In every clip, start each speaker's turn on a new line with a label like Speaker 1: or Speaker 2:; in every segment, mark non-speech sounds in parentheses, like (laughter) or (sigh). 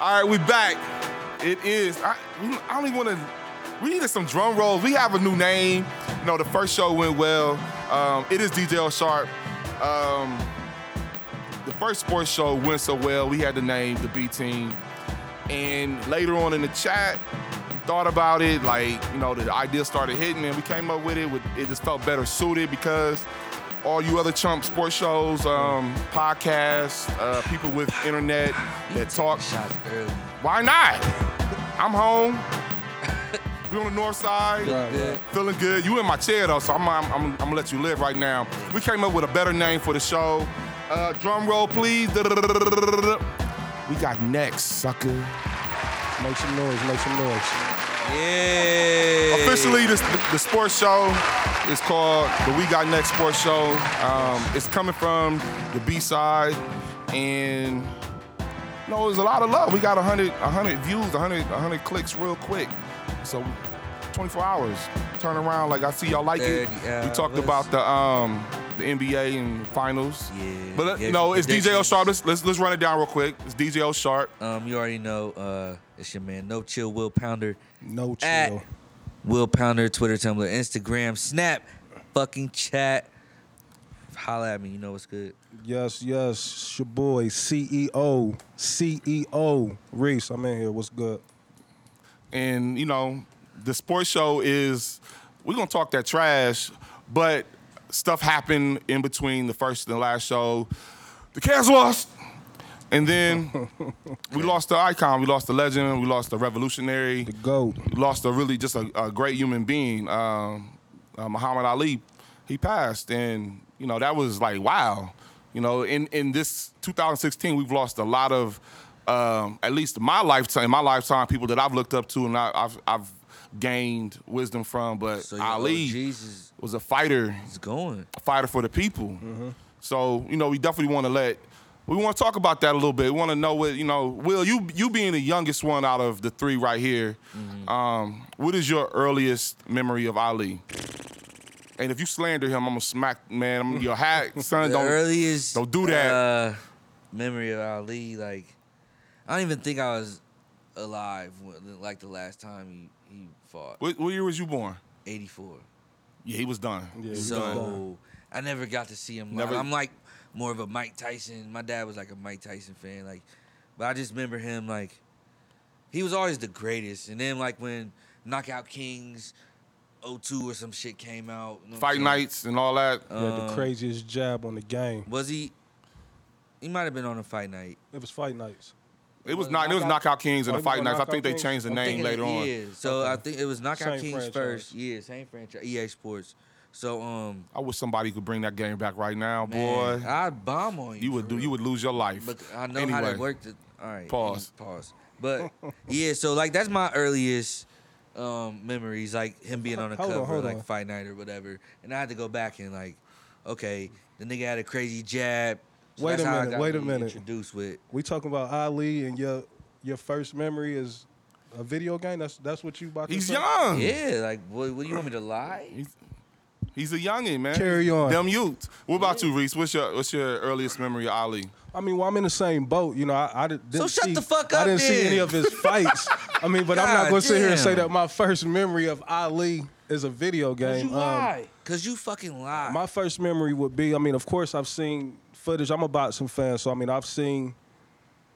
Speaker 1: All right, we back. It is. I, I don't even want to. We needed some drum rolls. We have a new name. You know, the first show went well. Um, it is DJ L Sharp. Um, the first sports show went so well. We had the name, the B Team. And later on in the chat, thought about it. Like, you know, the idea started hitting, and we came up with it. With, it just felt better suited because all you other chump sports shows, um, podcasts, uh, people with internet that talk.
Speaker 2: Shots early.
Speaker 1: Why not? I'm home. We on the north side,
Speaker 2: Right, right.
Speaker 1: feeling good. You in my chair though, so I'm, I'm, I'm, I'm gonna let you live right now. We came up with a better name for the show. Uh, drum roll, please. We got next, sucker.
Speaker 3: Make some noise, make some noise.
Speaker 2: Yeah.
Speaker 1: Officially, this, the sports show is called the We Got Next Sports Show. Um, it's coming from the B side, and you know, it's a lot of love. We got 100, 100 views, 100, 100 clicks real quick. So 24 hours, turn around. Like I see y'all like it.
Speaker 2: Thirty
Speaker 1: We talked
Speaker 2: hours.
Speaker 1: about the um, the NBA and finals.
Speaker 2: Yeah,
Speaker 1: But let-
Speaker 2: yeah,
Speaker 1: no, it's DJ O
Speaker 2: predictions.
Speaker 1: Sharp. Let's, let's let's run it down real quick. It's DJ O Sharp.
Speaker 2: Um, you already know uh, it's your man, No Chill Will Pounder.
Speaker 3: No chill.
Speaker 2: At Will Pounder, Twitter, Tumblr, Instagram, Snap, fucking chat. Holla at me. You know what's good.
Speaker 3: Yes, yes. It's your boy, E CEO, CEO E Reese. I'm in here. What's good?
Speaker 1: and you know the sports show is we're gonna talk that trash but stuff happened in between the first and the last show the Cavs lost and then we lost the icon we lost the legend we lost the revolutionary
Speaker 3: The GOAT.
Speaker 1: lost a really just a, a great human being um, uh, muhammad ali he passed and you know that was like wow you know in, in this 2016 we've lost a lot of um, at least my lifetime my lifetime people that i've looked up to and I, i've i've gained wisdom from but
Speaker 2: So your
Speaker 1: ali
Speaker 2: OGs is,
Speaker 1: was a fighter
Speaker 2: is going.
Speaker 1: a fighter for the people. So you know, we definitely want to let we want to talk about that a little bit. We want to know what you know. Will you you being the youngest one out of the three right here? Um, what is your earliest memory of Ali? And if you slander him, I'm gonna smack man. I'm your
Speaker 3: (laughs)
Speaker 1: hat, son.
Speaker 2: The
Speaker 1: don't
Speaker 2: earliest
Speaker 1: don't do that.
Speaker 2: Uh, memory of Ali, like I don't even think I was alive when, like the last time he, he fought.
Speaker 1: What, what year was you born?
Speaker 2: Eighty four.
Speaker 1: Yeah, he was done.
Speaker 3: Yeah, he
Speaker 2: So I never got to see him. Live.
Speaker 1: Never-
Speaker 2: I'm like more of a Mike Tyson. My dad was like a Mike Tyson fan. Like, but I just remember him like he was always the greatest. And then like when Knockout Kings, 02 or some shit came out. you know what I'm
Speaker 1: Fight
Speaker 2: saying?
Speaker 1: nights and all that.
Speaker 3: He had the
Speaker 2: Um,
Speaker 3: craziest jab on the game.
Speaker 2: Was he? He might have been on a fight night.
Speaker 3: It was fight nights.
Speaker 1: It was
Speaker 3: well,
Speaker 1: not. It was
Speaker 3: knockout-
Speaker 1: knockout kings and
Speaker 3: oh,
Speaker 1: the
Speaker 3: you
Speaker 1: fight
Speaker 3: know,
Speaker 1: nights. I
Speaker 3: Knockout
Speaker 1: think they
Speaker 3: Kings?
Speaker 1: changed the
Speaker 3: I'm
Speaker 1: name
Speaker 2: thinking
Speaker 1: later
Speaker 2: it-
Speaker 1: on.
Speaker 2: Yeah. So I think it was Knockout
Speaker 3: Same
Speaker 2: Kings
Speaker 3: franchise.
Speaker 2: first. Yeah, same franchise. EA Sports. So um,
Speaker 1: I wish somebody could bring that game back right now,
Speaker 2: man,
Speaker 1: boy.
Speaker 2: I'd bomb on you.
Speaker 1: you would
Speaker 2: for
Speaker 1: do.
Speaker 2: real.
Speaker 1: You would lose your life.
Speaker 2: But I know how
Speaker 1: Anyway.
Speaker 2: that worked. It- All right.
Speaker 1: Pause.
Speaker 2: mm, Pause.
Speaker 3: (laughs)
Speaker 2: But yeah, so like that's my earliest um, memories, like him being on a
Speaker 3: Hold on,
Speaker 2: cover,
Speaker 3: hold
Speaker 2: like
Speaker 3: on.
Speaker 2: Fight Night or whatever. And I had to go back and like, okay, the nigga had a crazy jab. So
Speaker 3: Wait
Speaker 2: that's
Speaker 3: a
Speaker 2: how I
Speaker 3: minute,
Speaker 2: got
Speaker 3: wait a
Speaker 2: really
Speaker 3: minute.
Speaker 2: Introduced
Speaker 3: (clears throat)
Speaker 2: with
Speaker 3: We talking about Ali and your your first memory is a video game. That's that's what you about to
Speaker 1: He's
Speaker 3: say?
Speaker 1: young.
Speaker 2: yeah, like what, what do you want me to lie?
Speaker 1: He's, he's a youngin, man.
Speaker 3: Carry on.
Speaker 1: Them youths. What about you, Reese? What's your what's your earliest memory of Ali?
Speaker 3: I mean, well, I'm in the same boat. You know, I, I di- didn't
Speaker 2: shut
Speaker 3: see,
Speaker 2: the fuck
Speaker 3: I
Speaker 2: up
Speaker 3: didn't see
Speaker 2: then.
Speaker 3: any
Speaker 2: (laughs)
Speaker 3: of his fights. I mean, but I'm not
Speaker 2: God
Speaker 3: going to sit here and
Speaker 2: damn.
Speaker 3: say that my first memory of Ali is a video game.
Speaker 2: you
Speaker 3: Um,
Speaker 2: lie. Cause you fucking lie.
Speaker 3: my first memory would be, I mean, of course, I've seen footage. I'm a boxing fan, so I mean, I've seen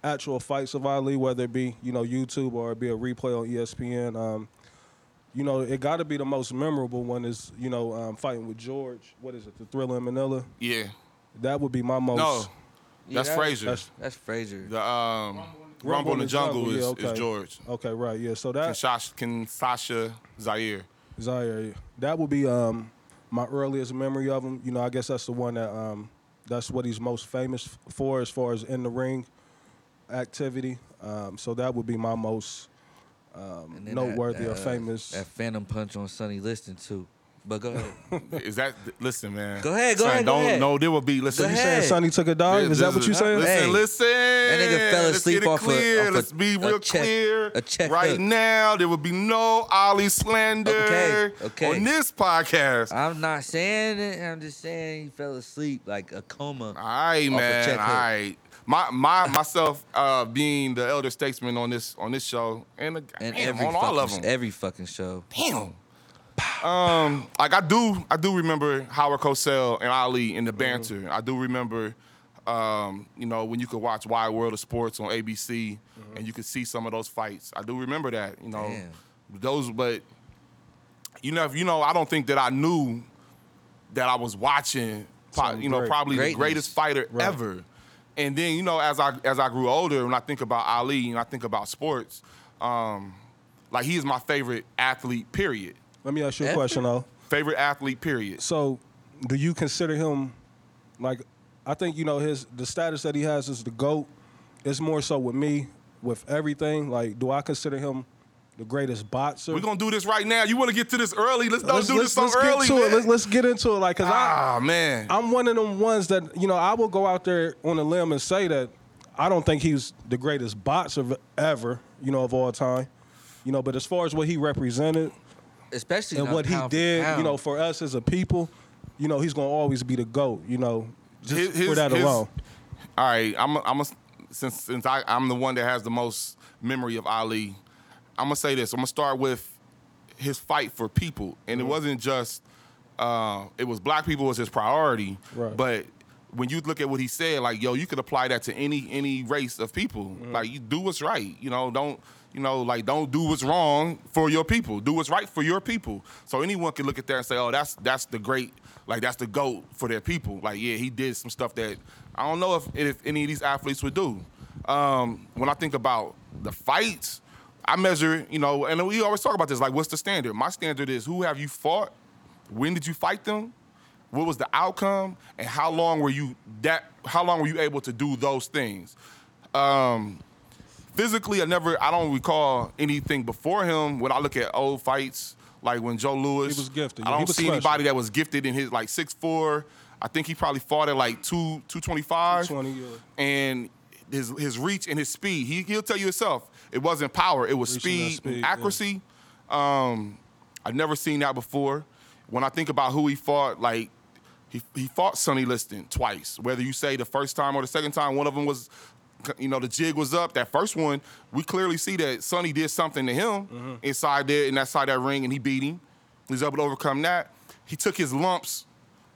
Speaker 3: actual fights of Ali, whether it be you know YouTube or it be a replay on ESPN. Um, you know, it got to be the most memorable one is you know um, fighting with George. What is it? The Thriller in Manila.
Speaker 1: Yeah.
Speaker 3: That would be my most.
Speaker 1: No. That's
Speaker 2: that-
Speaker 1: Frazier.
Speaker 3: Oh, that's-
Speaker 2: That's Frazier.
Speaker 1: the um Rumble, in the Jungle, is,
Speaker 3: yeah,
Speaker 1: is
Speaker 3: okay.
Speaker 1: George.
Speaker 3: Okay, right, yeah. So
Speaker 1: Can
Speaker 3: that
Speaker 1: Sasha, can Sasha Zaire.
Speaker 3: Zaire. That would be um, my earliest memory of him. You know, I guess that's the one that um, that's what he's most famous f- for as far as in the ring activity. Um, so that would be my most
Speaker 2: And
Speaker 3: um,
Speaker 2: then that-
Speaker 3: noteworthy or
Speaker 2: uh,
Speaker 3: famous.
Speaker 2: That phantom punch on Sonny Liston too. But go
Speaker 3: (laughs)
Speaker 2: ahead.
Speaker 1: Is that listen, man?
Speaker 2: Go ahead, go
Speaker 1: Son,
Speaker 2: ahead, go
Speaker 1: Don't
Speaker 2: ahead.
Speaker 1: no, there will be listen.
Speaker 2: Go
Speaker 3: you
Speaker 2: ahead.
Speaker 3: saying Sonny took a dive?
Speaker 1: This-
Speaker 3: Is that
Speaker 1: this
Speaker 3: what you saying?
Speaker 1: Listen,
Speaker 2: Hey,
Speaker 1: listen.
Speaker 2: that nigga fell
Speaker 1: Let's
Speaker 2: asleep
Speaker 1: get it
Speaker 2: off a-
Speaker 1: clear.
Speaker 2: off a-
Speaker 1: Let's be
Speaker 2: a
Speaker 1: real
Speaker 2: check-
Speaker 1: clear.
Speaker 2: a check
Speaker 1: right
Speaker 2: hook.
Speaker 1: now, there will be no Ollie slander
Speaker 2: Okay, okay.
Speaker 1: on this podcast.
Speaker 2: I'm not saying it. I'm just saying he fell asleep like a coma.
Speaker 1: All right,
Speaker 2: off a
Speaker 1: man.
Speaker 2: check
Speaker 1: All
Speaker 2: hook.
Speaker 1: right. my my myself uh, being the elder statesman on this on this show and, the,
Speaker 2: And
Speaker 1: damn,
Speaker 2: every
Speaker 1: on all of
Speaker 2: fucking,
Speaker 1: them.
Speaker 2: every fucking show.
Speaker 1: Damn. Um, like I do, I do remember Howard Cosell and Ali in the banter. I do remember, um, you know, when you could watch Wide World of Sports on ABC and you could see some of those fights. I do remember that, you know,
Speaker 2: Damn.
Speaker 1: those. But you know, if- you know, I don't think that I knew that I was watching, po-
Speaker 3: Some
Speaker 1: you know,
Speaker 3: great-
Speaker 1: probably
Speaker 2: greatness.
Speaker 1: the greatest fighter
Speaker 3: Right.
Speaker 1: ever. And then you know, as I as I grew older, when I think about Ali and I think about sports, um, like he is my favorite athlete. Period.
Speaker 3: Let me ask you a
Speaker 2: Ever?
Speaker 3: question though.
Speaker 1: Favorite athlete. Period.
Speaker 3: So, do you consider him like? I think you know his the status that he has is the goat. It's more so with me with everything. Like, do I consider him the greatest boxer?
Speaker 1: We're gonna do this right now. You want to get to this early? Let's don't
Speaker 3: let's,
Speaker 1: do
Speaker 3: let's,
Speaker 1: this so
Speaker 3: let's
Speaker 1: early.
Speaker 3: get to it.
Speaker 1: man.
Speaker 3: Let's, let's get into it. Like, cause I
Speaker 1: ah man,
Speaker 3: I'm one of them ones that you know I will go out there on a limb and say that I don't think he's the greatest boxer v- ever, you know, of all time, you know. But as far as what he represented
Speaker 2: Especially
Speaker 3: and
Speaker 2: not
Speaker 3: what he
Speaker 2: pound for
Speaker 3: did, you
Speaker 2: pound.
Speaker 3: know, for us as a people, you know, he's gonna always be the goat, you know, just
Speaker 1: His- his-
Speaker 3: for that
Speaker 1: his-
Speaker 3: alone.
Speaker 1: All right, I'm a, I'm a, since since I I'm the one that has the most memory of Ali. I'm gonna say this. I'm gonna start with his fight for people, and
Speaker 3: Mm-hmm.
Speaker 1: it wasn't just uh, it was black people was his priority,
Speaker 3: Right.
Speaker 1: but. When you look at what he said, like yo, you could apply that to any any race of people. Like you do what's right, you know. Don't you know? Like don't do what's wrong for your people. Do what's right for your people. So anyone can look at that and say, oh, that's that's the great, like that's the goat for their people. Like yeah, he did some stuff that I don't know if if any of these athletes would do. Um, when I think about the fights, I measure, you know, and we always talk about this. Like, what's the standard? My standard is who have you fought? When did you fight them? What was the outcome? And how long were you that? How long were you able to do those things? Um, physically, I never, I don't recall anything before him. When I look at old fights, like when Joe Lewis,
Speaker 3: He was gifted.
Speaker 1: I
Speaker 3: Yeah, he
Speaker 1: don't
Speaker 3: was
Speaker 1: see
Speaker 3: special.
Speaker 1: anybody that was gifted in his like six four. I think he probably fought at like two two twenty five
Speaker 3: 220, yeah.
Speaker 1: and his his reach and his speed. He he'll tell you himself. It wasn't power. It was
Speaker 3: Reaching that
Speaker 1: speed,
Speaker 3: speed,
Speaker 1: and
Speaker 3: yeah.
Speaker 1: accuracy. Um, I've never seen that before. When I think about who he fought, like he he fought Sonny Liston twice. Whether you say the first time or the second time, one of them was. You know the jig was up. That first one, we clearly see that Sonny did something to him
Speaker 3: Mm-hmm.
Speaker 1: inside there, in that side of that ring, and he beat him. He was able to overcome that. He took his lumps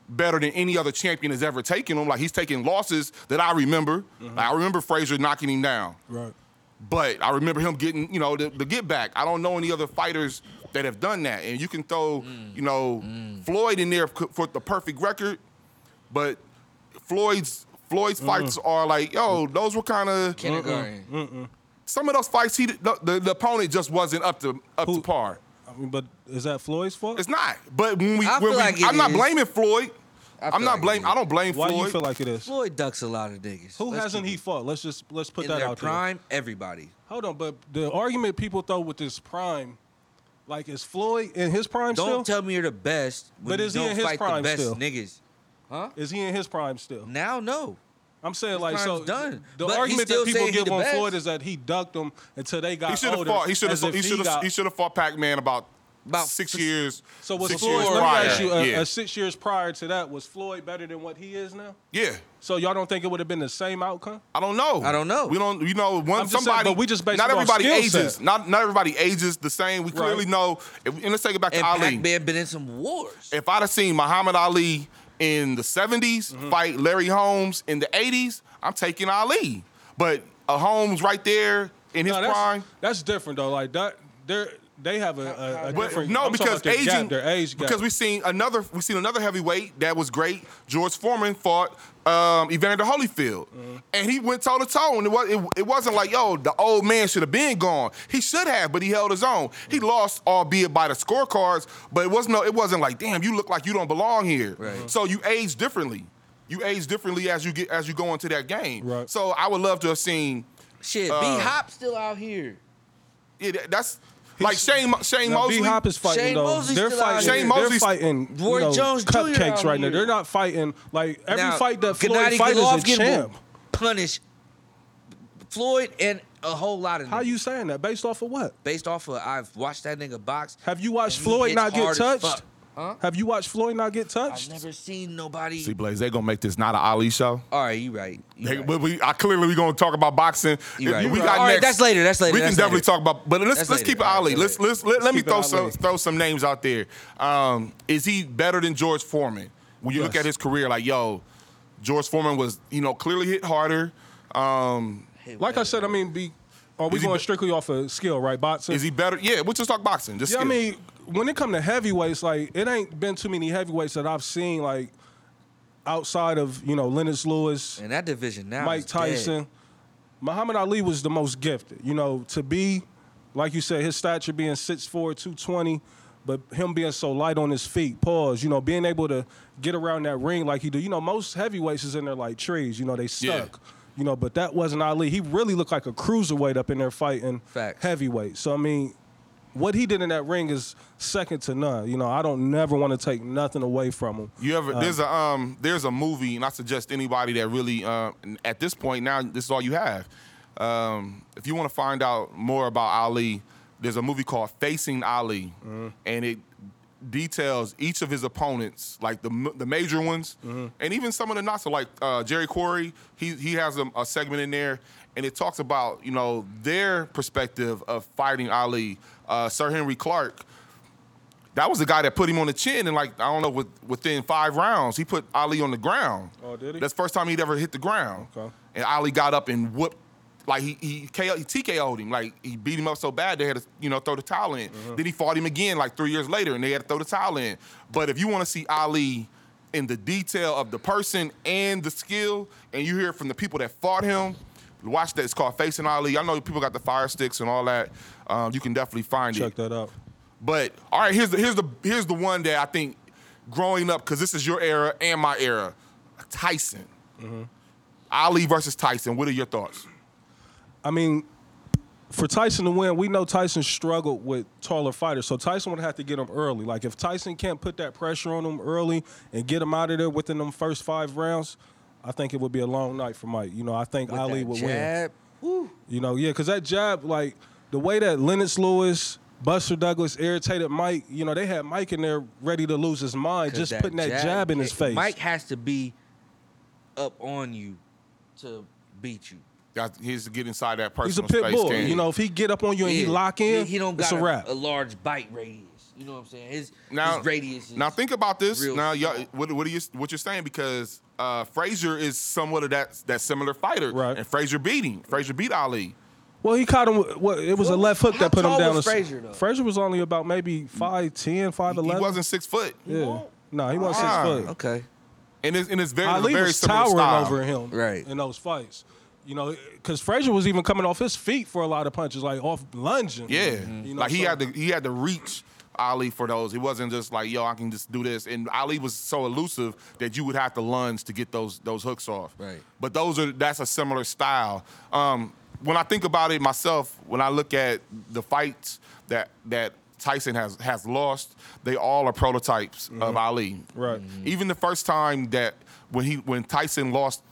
Speaker 1: better than any other champion has ever taken him. Like he's taking losses that I remember.
Speaker 3: Mm-hmm.
Speaker 1: Like, I remember Frazier knocking him down,
Speaker 3: Right.
Speaker 1: but I remember him getting you know the, the get back. I don't know any other fighters that have done that. And you can throw you know Floyd in there c- for the perfect record, but Floyd's Floyd's
Speaker 3: Mm.
Speaker 1: fights are like yo those were kind of
Speaker 3: uh-uh.
Speaker 2: Kindergarten.
Speaker 3: Mm.
Speaker 1: some of those fights he the, the, the opponent just wasn't up to up to
Speaker 3: Who-
Speaker 1: par.
Speaker 3: I mean, but is that Floyd's fault?
Speaker 1: It's not. But when we,
Speaker 2: I
Speaker 1: when
Speaker 2: feel
Speaker 1: we
Speaker 2: like it
Speaker 1: I'm not
Speaker 2: is.
Speaker 1: blaming Floyd.
Speaker 2: I
Speaker 1: I'm
Speaker 2: feel
Speaker 1: not
Speaker 2: like it
Speaker 1: blame.
Speaker 2: is.
Speaker 1: I don't blame
Speaker 3: Why do
Speaker 1: Floyd.
Speaker 3: you feel like it is?
Speaker 2: Floyd ducks a lot of niggas.
Speaker 3: Who
Speaker 2: Let's
Speaker 3: hasn't
Speaker 2: keep
Speaker 3: he
Speaker 2: it.
Speaker 3: fought? Let's just let's put
Speaker 2: in
Speaker 3: that
Speaker 2: their
Speaker 3: out there.
Speaker 2: prime? Everybody.
Speaker 3: Hold on, but the argument people throw with this prime, like is Floyd in his prime still?
Speaker 2: Don't tell me you're the best. When
Speaker 3: But
Speaker 2: you
Speaker 3: is he
Speaker 2: don't
Speaker 3: in his
Speaker 2: fight
Speaker 3: prime
Speaker 2: the best
Speaker 3: still?
Speaker 2: niggas? Huh?
Speaker 3: is he in his prime still?
Speaker 2: Now no.
Speaker 3: I'm saying like
Speaker 2: prime's
Speaker 3: so.
Speaker 2: done,
Speaker 3: The
Speaker 2: but he
Speaker 3: argument that
Speaker 2: still
Speaker 3: people
Speaker 2: saying he
Speaker 3: give
Speaker 2: the
Speaker 3: on
Speaker 2: best.
Speaker 3: Floyd is that he ducked him until they got
Speaker 1: He should have
Speaker 3: older.
Speaker 1: fought. He should have.
Speaker 3: as if
Speaker 1: He should have.
Speaker 3: got-
Speaker 1: He should have fought Pac-Man about
Speaker 2: About
Speaker 1: six
Speaker 2: six-
Speaker 1: years.
Speaker 3: So was
Speaker 1: six
Speaker 3: Floyd?
Speaker 1: years
Speaker 3: Let me
Speaker 1: prior.
Speaker 3: ask you: uh,
Speaker 1: yeah.
Speaker 3: uh, six years prior to that, was Floyd better than what he is now?
Speaker 1: yeah.
Speaker 3: So y'all don't think it would have been the same outcome?
Speaker 1: I don't know.
Speaker 2: I don't know.
Speaker 1: We don't. You know, one
Speaker 3: I'm just saying,
Speaker 1: somebody.
Speaker 3: but we just based
Speaker 1: not
Speaker 3: it on
Speaker 1: everybody
Speaker 3: skill
Speaker 1: ages.
Speaker 3: set.
Speaker 1: Not not everybody ages the same. We clearly know. If, and let's take it back
Speaker 2: And
Speaker 1: to Ali.
Speaker 2: Pac-Man been in some wars.
Speaker 1: If I'd have seen Muhammad Ali in the '70s
Speaker 3: Mm-hmm.
Speaker 1: fight Larry Holmes in the '80s, I'm taking Ali. But a Holmes right there in his
Speaker 3: No, that's,
Speaker 1: prime.
Speaker 3: that's different though. Like that, they're they have a, a, a
Speaker 1: But
Speaker 3: different.
Speaker 1: no,
Speaker 3: I'm talking
Speaker 1: because
Speaker 3: about their
Speaker 1: aging,
Speaker 3: gap, their age gap.
Speaker 1: because we seen another, we seen another heavyweight that was great. George Foreman fought um, Evander Holyfield,
Speaker 3: Mm-hmm.
Speaker 1: and he went toe to toe, and it was it, it wasn't like yo, the old man should have been gone. He should have, but he held his own. He
Speaker 3: Mm-hmm.
Speaker 1: lost, albeit by the scorecards, but it was no, it wasn't like damn, you look like you don't belong here.
Speaker 3: Mm-hmm.
Speaker 2: Right.
Speaker 1: So you age differently. You age differently as you get as you go into that game.
Speaker 3: Right.
Speaker 1: So I would love to have seen.
Speaker 2: Shit,
Speaker 1: Uh,
Speaker 2: B Hop still out here.
Speaker 1: It, that's like Shane Shane
Speaker 3: Now,
Speaker 1: Mosley.
Speaker 3: B Hop is fighting
Speaker 2: Shane
Speaker 3: though.
Speaker 2: Mosley's
Speaker 3: they're
Speaker 2: still out
Speaker 3: fighting.
Speaker 1: here. Shane
Speaker 3: they're
Speaker 1: Mosley's-
Speaker 3: fighting. you
Speaker 2: Roy
Speaker 3: know,
Speaker 2: Jones Jr.
Speaker 3: cupcakes
Speaker 2: out
Speaker 3: right
Speaker 2: here.
Speaker 3: now. They're not fighting like every
Speaker 2: Now,
Speaker 3: fight that Floyd
Speaker 2: Gennady
Speaker 3: fight is a
Speaker 2: Golovkin will
Speaker 3: champ.
Speaker 2: Punish Floyd and a whole lot of
Speaker 3: How
Speaker 2: niggas.
Speaker 3: you saying that? Based off of what?
Speaker 2: based off of I've watched that nigga box.
Speaker 3: Have you watched
Speaker 2: and he
Speaker 3: Floyd
Speaker 2: hits
Speaker 3: not get
Speaker 2: hard as
Speaker 3: touched?
Speaker 2: fuck.
Speaker 3: Have you watched Floyd not get touched?
Speaker 2: I've never seen nobody.
Speaker 1: See, Blaze, they gonna make this not an Ali show.
Speaker 2: All right, you right. You
Speaker 1: They-
Speaker 2: right.
Speaker 1: but we, I clearly we gonna talk about boxing.
Speaker 2: You
Speaker 1: If
Speaker 2: right.
Speaker 1: you- We
Speaker 2: You
Speaker 1: got
Speaker 2: right. All right,
Speaker 1: next.
Speaker 2: that's later, that's later,
Speaker 1: We can
Speaker 2: that's
Speaker 1: definitely
Speaker 2: later.
Speaker 1: talk about, but let's
Speaker 2: That's
Speaker 1: let's
Speaker 2: later.
Speaker 1: keep it
Speaker 2: All right,
Speaker 1: Ali. Let's
Speaker 2: that's later.
Speaker 1: let's let, let me
Speaker 3: keep it
Speaker 1: throw some
Speaker 3: Ali.
Speaker 1: throw some names out there. Um, is he better than George Foreman? When you look
Speaker 3: Yes.
Speaker 1: at his career, like yo, George Foreman was you know clearly hit harder. Um,
Speaker 2: Hey,
Speaker 3: Like I
Speaker 2: wait.
Speaker 3: said, I mean, be are we
Speaker 1: Is he
Speaker 3: going
Speaker 1: be-
Speaker 3: strictly off of skill, right? Boxing.
Speaker 1: is he better? Yeah, we'll just talk boxing. Just
Speaker 3: yeah, I
Speaker 1: skill.
Speaker 3: mean, when it come to heavyweights, like it ain't been too many heavyweights that I've seen like outside of you know Lennox Lewis,
Speaker 2: and that division now.
Speaker 3: Mike
Speaker 2: is dead.
Speaker 3: Tyson. Muhammad Ali was the most gifted. You know, to be, like you said, his stature being 6'4, 220, but him being so light on his feet, pause, you know, being able to get around that ring like he do. You know, most heavyweights is in there like trees, you know, they stuck.
Speaker 1: Yeah.
Speaker 3: You know, but that wasn't Ali. He really looked like a cruiserweight up in there fighting
Speaker 2: Facts.
Speaker 3: heavyweight. So I mean, what he did in that ring is second to none. You know, I don't never want to take nothing away from him.
Speaker 1: You ever there's a um there's a movie, and I suggest anybody that really uh, at this point now this is all you have. Um, if you want to find out more about Ali, there's a movie called Facing Ali, and it details each of his opponents, like the m- the major ones, and even some of the not so like uh, Jerry Corey. He he has a, a segment in there, and it talks about you know their perspective of fighting Ali. Uh, Sir Henry Clark that was the guy that put him on the chin and like I don't know with, within five rounds he put Ali on the ground.
Speaker 3: Oh, did he?
Speaker 1: That's the first time he'd ever hit the ground.
Speaker 3: Okay.
Speaker 1: And Ali got up and whooped like he he, KO, he TKO'd him like he beat him up so bad they had to you know throw the towel in.
Speaker 3: Mm-hmm.
Speaker 1: Then he fought him again like three years later and they had to throw the towel in. But if you want to see Ali in the detail of the person and the skill and you hear from the people that fought him. Watch that. It's called Facing Ali. I know people got the fire sticks and all that. Um, you can definitely find it.
Speaker 3: Check that out.
Speaker 1: But all right, here's the here's the here's the one that I think growing up because this is your era and my era, Tyson,
Speaker 3: Mm-hmm.
Speaker 1: Ali versus Tyson. What are your thoughts?
Speaker 3: I mean, for Tyson to win, we know Tyson struggled with taller fighters, so Tyson would have to get him early. Like if Tyson can't put that pressure on him early and get him out of there within them first five rounds, I think it would be a long night for Mike. You know, I think
Speaker 2: With
Speaker 3: Ali
Speaker 2: that
Speaker 3: would win.
Speaker 2: jab, woo.
Speaker 3: You know, yeah, because that jab, like the way that Lennox Lewis, Buster Douglas irritated Mike. You know, they had Mike in there ready to lose his mind,
Speaker 2: 'Cause
Speaker 3: just putting that jab in his
Speaker 2: it-
Speaker 3: face.
Speaker 2: Mike has to be up on you to beat you.
Speaker 1: That- He's get inside that
Speaker 3: He's a
Speaker 1: personal
Speaker 3: pit
Speaker 1: space.
Speaker 3: bull.
Speaker 1: can he?
Speaker 3: You know, if he get up on you and he
Speaker 2: Yeah.
Speaker 3: lock in,
Speaker 2: He, he don't
Speaker 3: it's
Speaker 2: got
Speaker 3: a wrap.
Speaker 2: large bite radius. You know what I'm saying? His,
Speaker 1: now
Speaker 2: his radius. Is,
Speaker 1: now think about this.
Speaker 2: real
Speaker 1: Now y'all,
Speaker 2: small.
Speaker 1: what what are you what you're saying because uh, Frazier is somewhat of that that similar fighter,
Speaker 3: Right.
Speaker 1: and Frazier beat him. Frazier beat Ali.
Speaker 3: Well, he caught him. with- What, it was a
Speaker 2: What-
Speaker 3: left hook
Speaker 2: how
Speaker 3: that put him
Speaker 2: tall
Speaker 3: down.
Speaker 2: was
Speaker 3: to-
Speaker 2: Frazier, though?
Speaker 3: Frazier was only about maybe 5'10", 5'11".
Speaker 1: He wasn't six foot,
Speaker 3: Yeah. No, he wasn't
Speaker 1: Ah.
Speaker 3: six foot.
Speaker 2: Okay.
Speaker 1: and it's and it's very
Speaker 3: Ali
Speaker 1: very
Speaker 3: was
Speaker 1: similar
Speaker 3: towering
Speaker 1: style.
Speaker 3: over him
Speaker 2: Right.
Speaker 3: in those fights. You know, because Frazier was even coming off his feet for a lot of punches, like off lunging.
Speaker 1: Yeah,
Speaker 3: You know,
Speaker 1: like he
Speaker 3: so-
Speaker 1: had to he had to reach Ali for those. He wasn't just like yo, I can just do this. And Ali was so elusive that you would have to lunge to get those those hooks off.
Speaker 2: Right.
Speaker 1: But those are that's a similar style. Um, when I think about it myself, when I look at the fights that that Tyson has has lost, they all are prototypes of Ali.
Speaker 3: Mm-hmm. Right.
Speaker 1: Even the first time that when he when Tyson lost.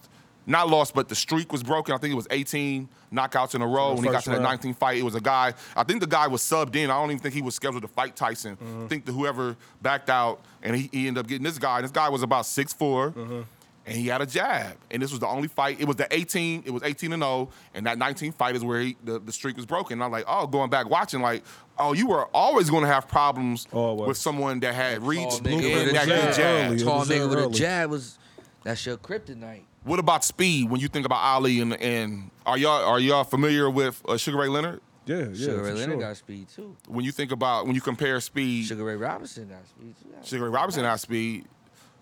Speaker 1: Not lost, but the streak was broken. I think it was 18 knockouts in a row.
Speaker 3: the
Speaker 1: when he got
Speaker 3: first
Speaker 1: to the 19th
Speaker 3: round.
Speaker 1: fighting fight. It was a guy. I think the guy was subbed in. I don't even think he was scheduled to fight Tyson.
Speaker 3: Mm-hmm.
Speaker 1: I think that whoever backed out and he, he ended up getting this guy. This guy was about 6'4",
Speaker 3: Mm-hmm.
Speaker 1: and he had a jab. And this was the only fight. It was the 18. It was 18 and 0, and that 19 fight is where he, the, the streak was broken. And I'm like, oh, going back watching, like, oh, you were always going to have problems
Speaker 3: Always.
Speaker 1: with someone that had reach
Speaker 2: Tall nigga
Speaker 1: and
Speaker 2: with a
Speaker 1: that could
Speaker 2: jab.
Speaker 1: jab.
Speaker 3: Early.
Speaker 2: Tall
Speaker 3: It was there
Speaker 2: nigga with a
Speaker 3: early.
Speaker 2: jab was that's your kryptonite.
Speaker 1: What about speed? When you think about Ali and and are y'all are y'all familiar with uh, Sugar Ray Leonard?
Speaker 3: Yeah, yeah,
Speaker 2: Sugar
Speaker 3: for
Speaker 2: Ray Leonard
Speaker 3: sure.
Speaker 2: got speed too.
Speaker 1: When you think about when you compare speed
Speaker 2: Sugar Ray Robinson got speed too.
Speaker 1: Sugar Ray Robinson has speed.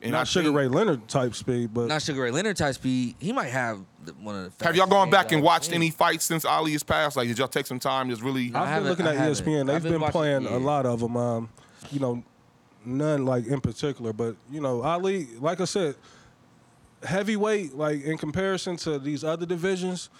Speaker 1: And I
Speaker 3: Not Sugar
Speaker 1: think-
Speaker 3: Ray Leonard type speed, but
Speaker 2: Not Sugar Ray Leonard type speed. He might have the, one of the.
Speaker 1: Have
Speaker 2: fastest
Speaker 1: y'all gone
Speaker 2: hands
Speaker 1: back and
Speaker 2: I've
Speaker 1: watched
Speaker 2: seen.
Speaker 1: any fights since Ali has passed? Like, did y'all take some time? Just really.
Speaker 2: I
Speaker 3: I've been
Speaker 2: haven't-
Speaker 3: looking
Speaker 2: I
Speaker 3: at E
Speaker 2: haven't.
Speaker 3: ESPN.
Speaker 2: I've
Speaker 3: They've
Speaker 2: been
Speaker 3: been,
Speaker 2: watching-
Speaker 3: playing
Speaker 2: yeah.
Speaker 3: a lot of them. Um, you know, none like in particular, but you know, Ali. Like I said, heavyweight. Like in comparison to these other divisions,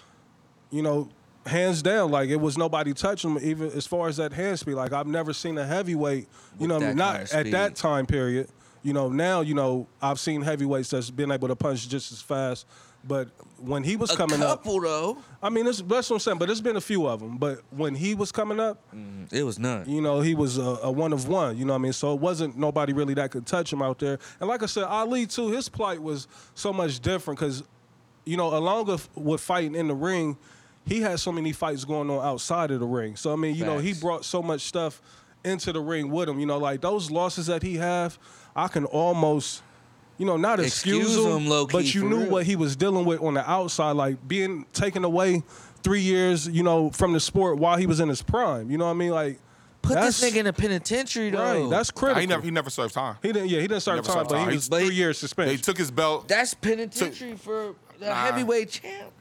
Speaker 3: you know, hands down, like it was nobody touching him. Even as far as that hand speed, like I've never seen a heavyweight. You
Speaker 2: With
Speaker 3: know, what I
Speaker 2: that
Speaker 3: mean?
Speaker 2: kind
Speaker 3: not
Speaker 2: of
Speaker 3: at that
Speaker 2: speed.
Speaker 3: time period. You know, now you know I've seen heavyweights that's been able to punch just as fast. But when he was
Speaker 2: A
Speaker 3: coming up,
Speaker 2: couple though.
Speaker 3: I mean, it's, that's what I'm saying. But there's been a few of them. But when he was coming up,
Speaker 2: Mm, It was none.
Speaker 3: you know, he was a, a one of one. You know what I mean? So it wasn't nobody really that could touch him out there. And like I said, Ali too, his plight was so much different because, you know, along with, with fighting in the ring, he had so many fights going on outside of the ring. So I mean, you know, he
Speaker 2: Facts.
Speaker 3: brought so much stuff into the ring with him. You know, like those losses that he have, I can almost. You know, not excuse,
Speaker 2: Excuse
Speaker 3: him,
Speaker 2: him, low-key,
Speaker 3: but you
Speaker 2: for
Speaker 3: knew
Speaker 2: real.
Speaker 3: what he was dealing with on the outside, like being taken away three years, you know, from the sport while he was in his prime. You know what I mean? Like,
Speaker 2: Put
Speaker 3: that's-
Speaker 2: this nigga in a penitentiary though.
Speaker 3: Right, that's critical.
Speaker 1: He never, he never served time.
Speaker 3: He didn't. Yeah, he didn't start
Speaker 1: never
Speaker 3: time,
Speaker 1: served
Speaker 3: but
Speaker 1: time.
Speaker 3: he was
Speaker 2: But he-
Speaker 3: three years
Speaker 1: They
Speaker 3: suspension.
Speaker 1: took his belt.
Speaker 2: That's penitentiary for the
Speaker 1: Nah.
Speaker 2: heavyweight champ.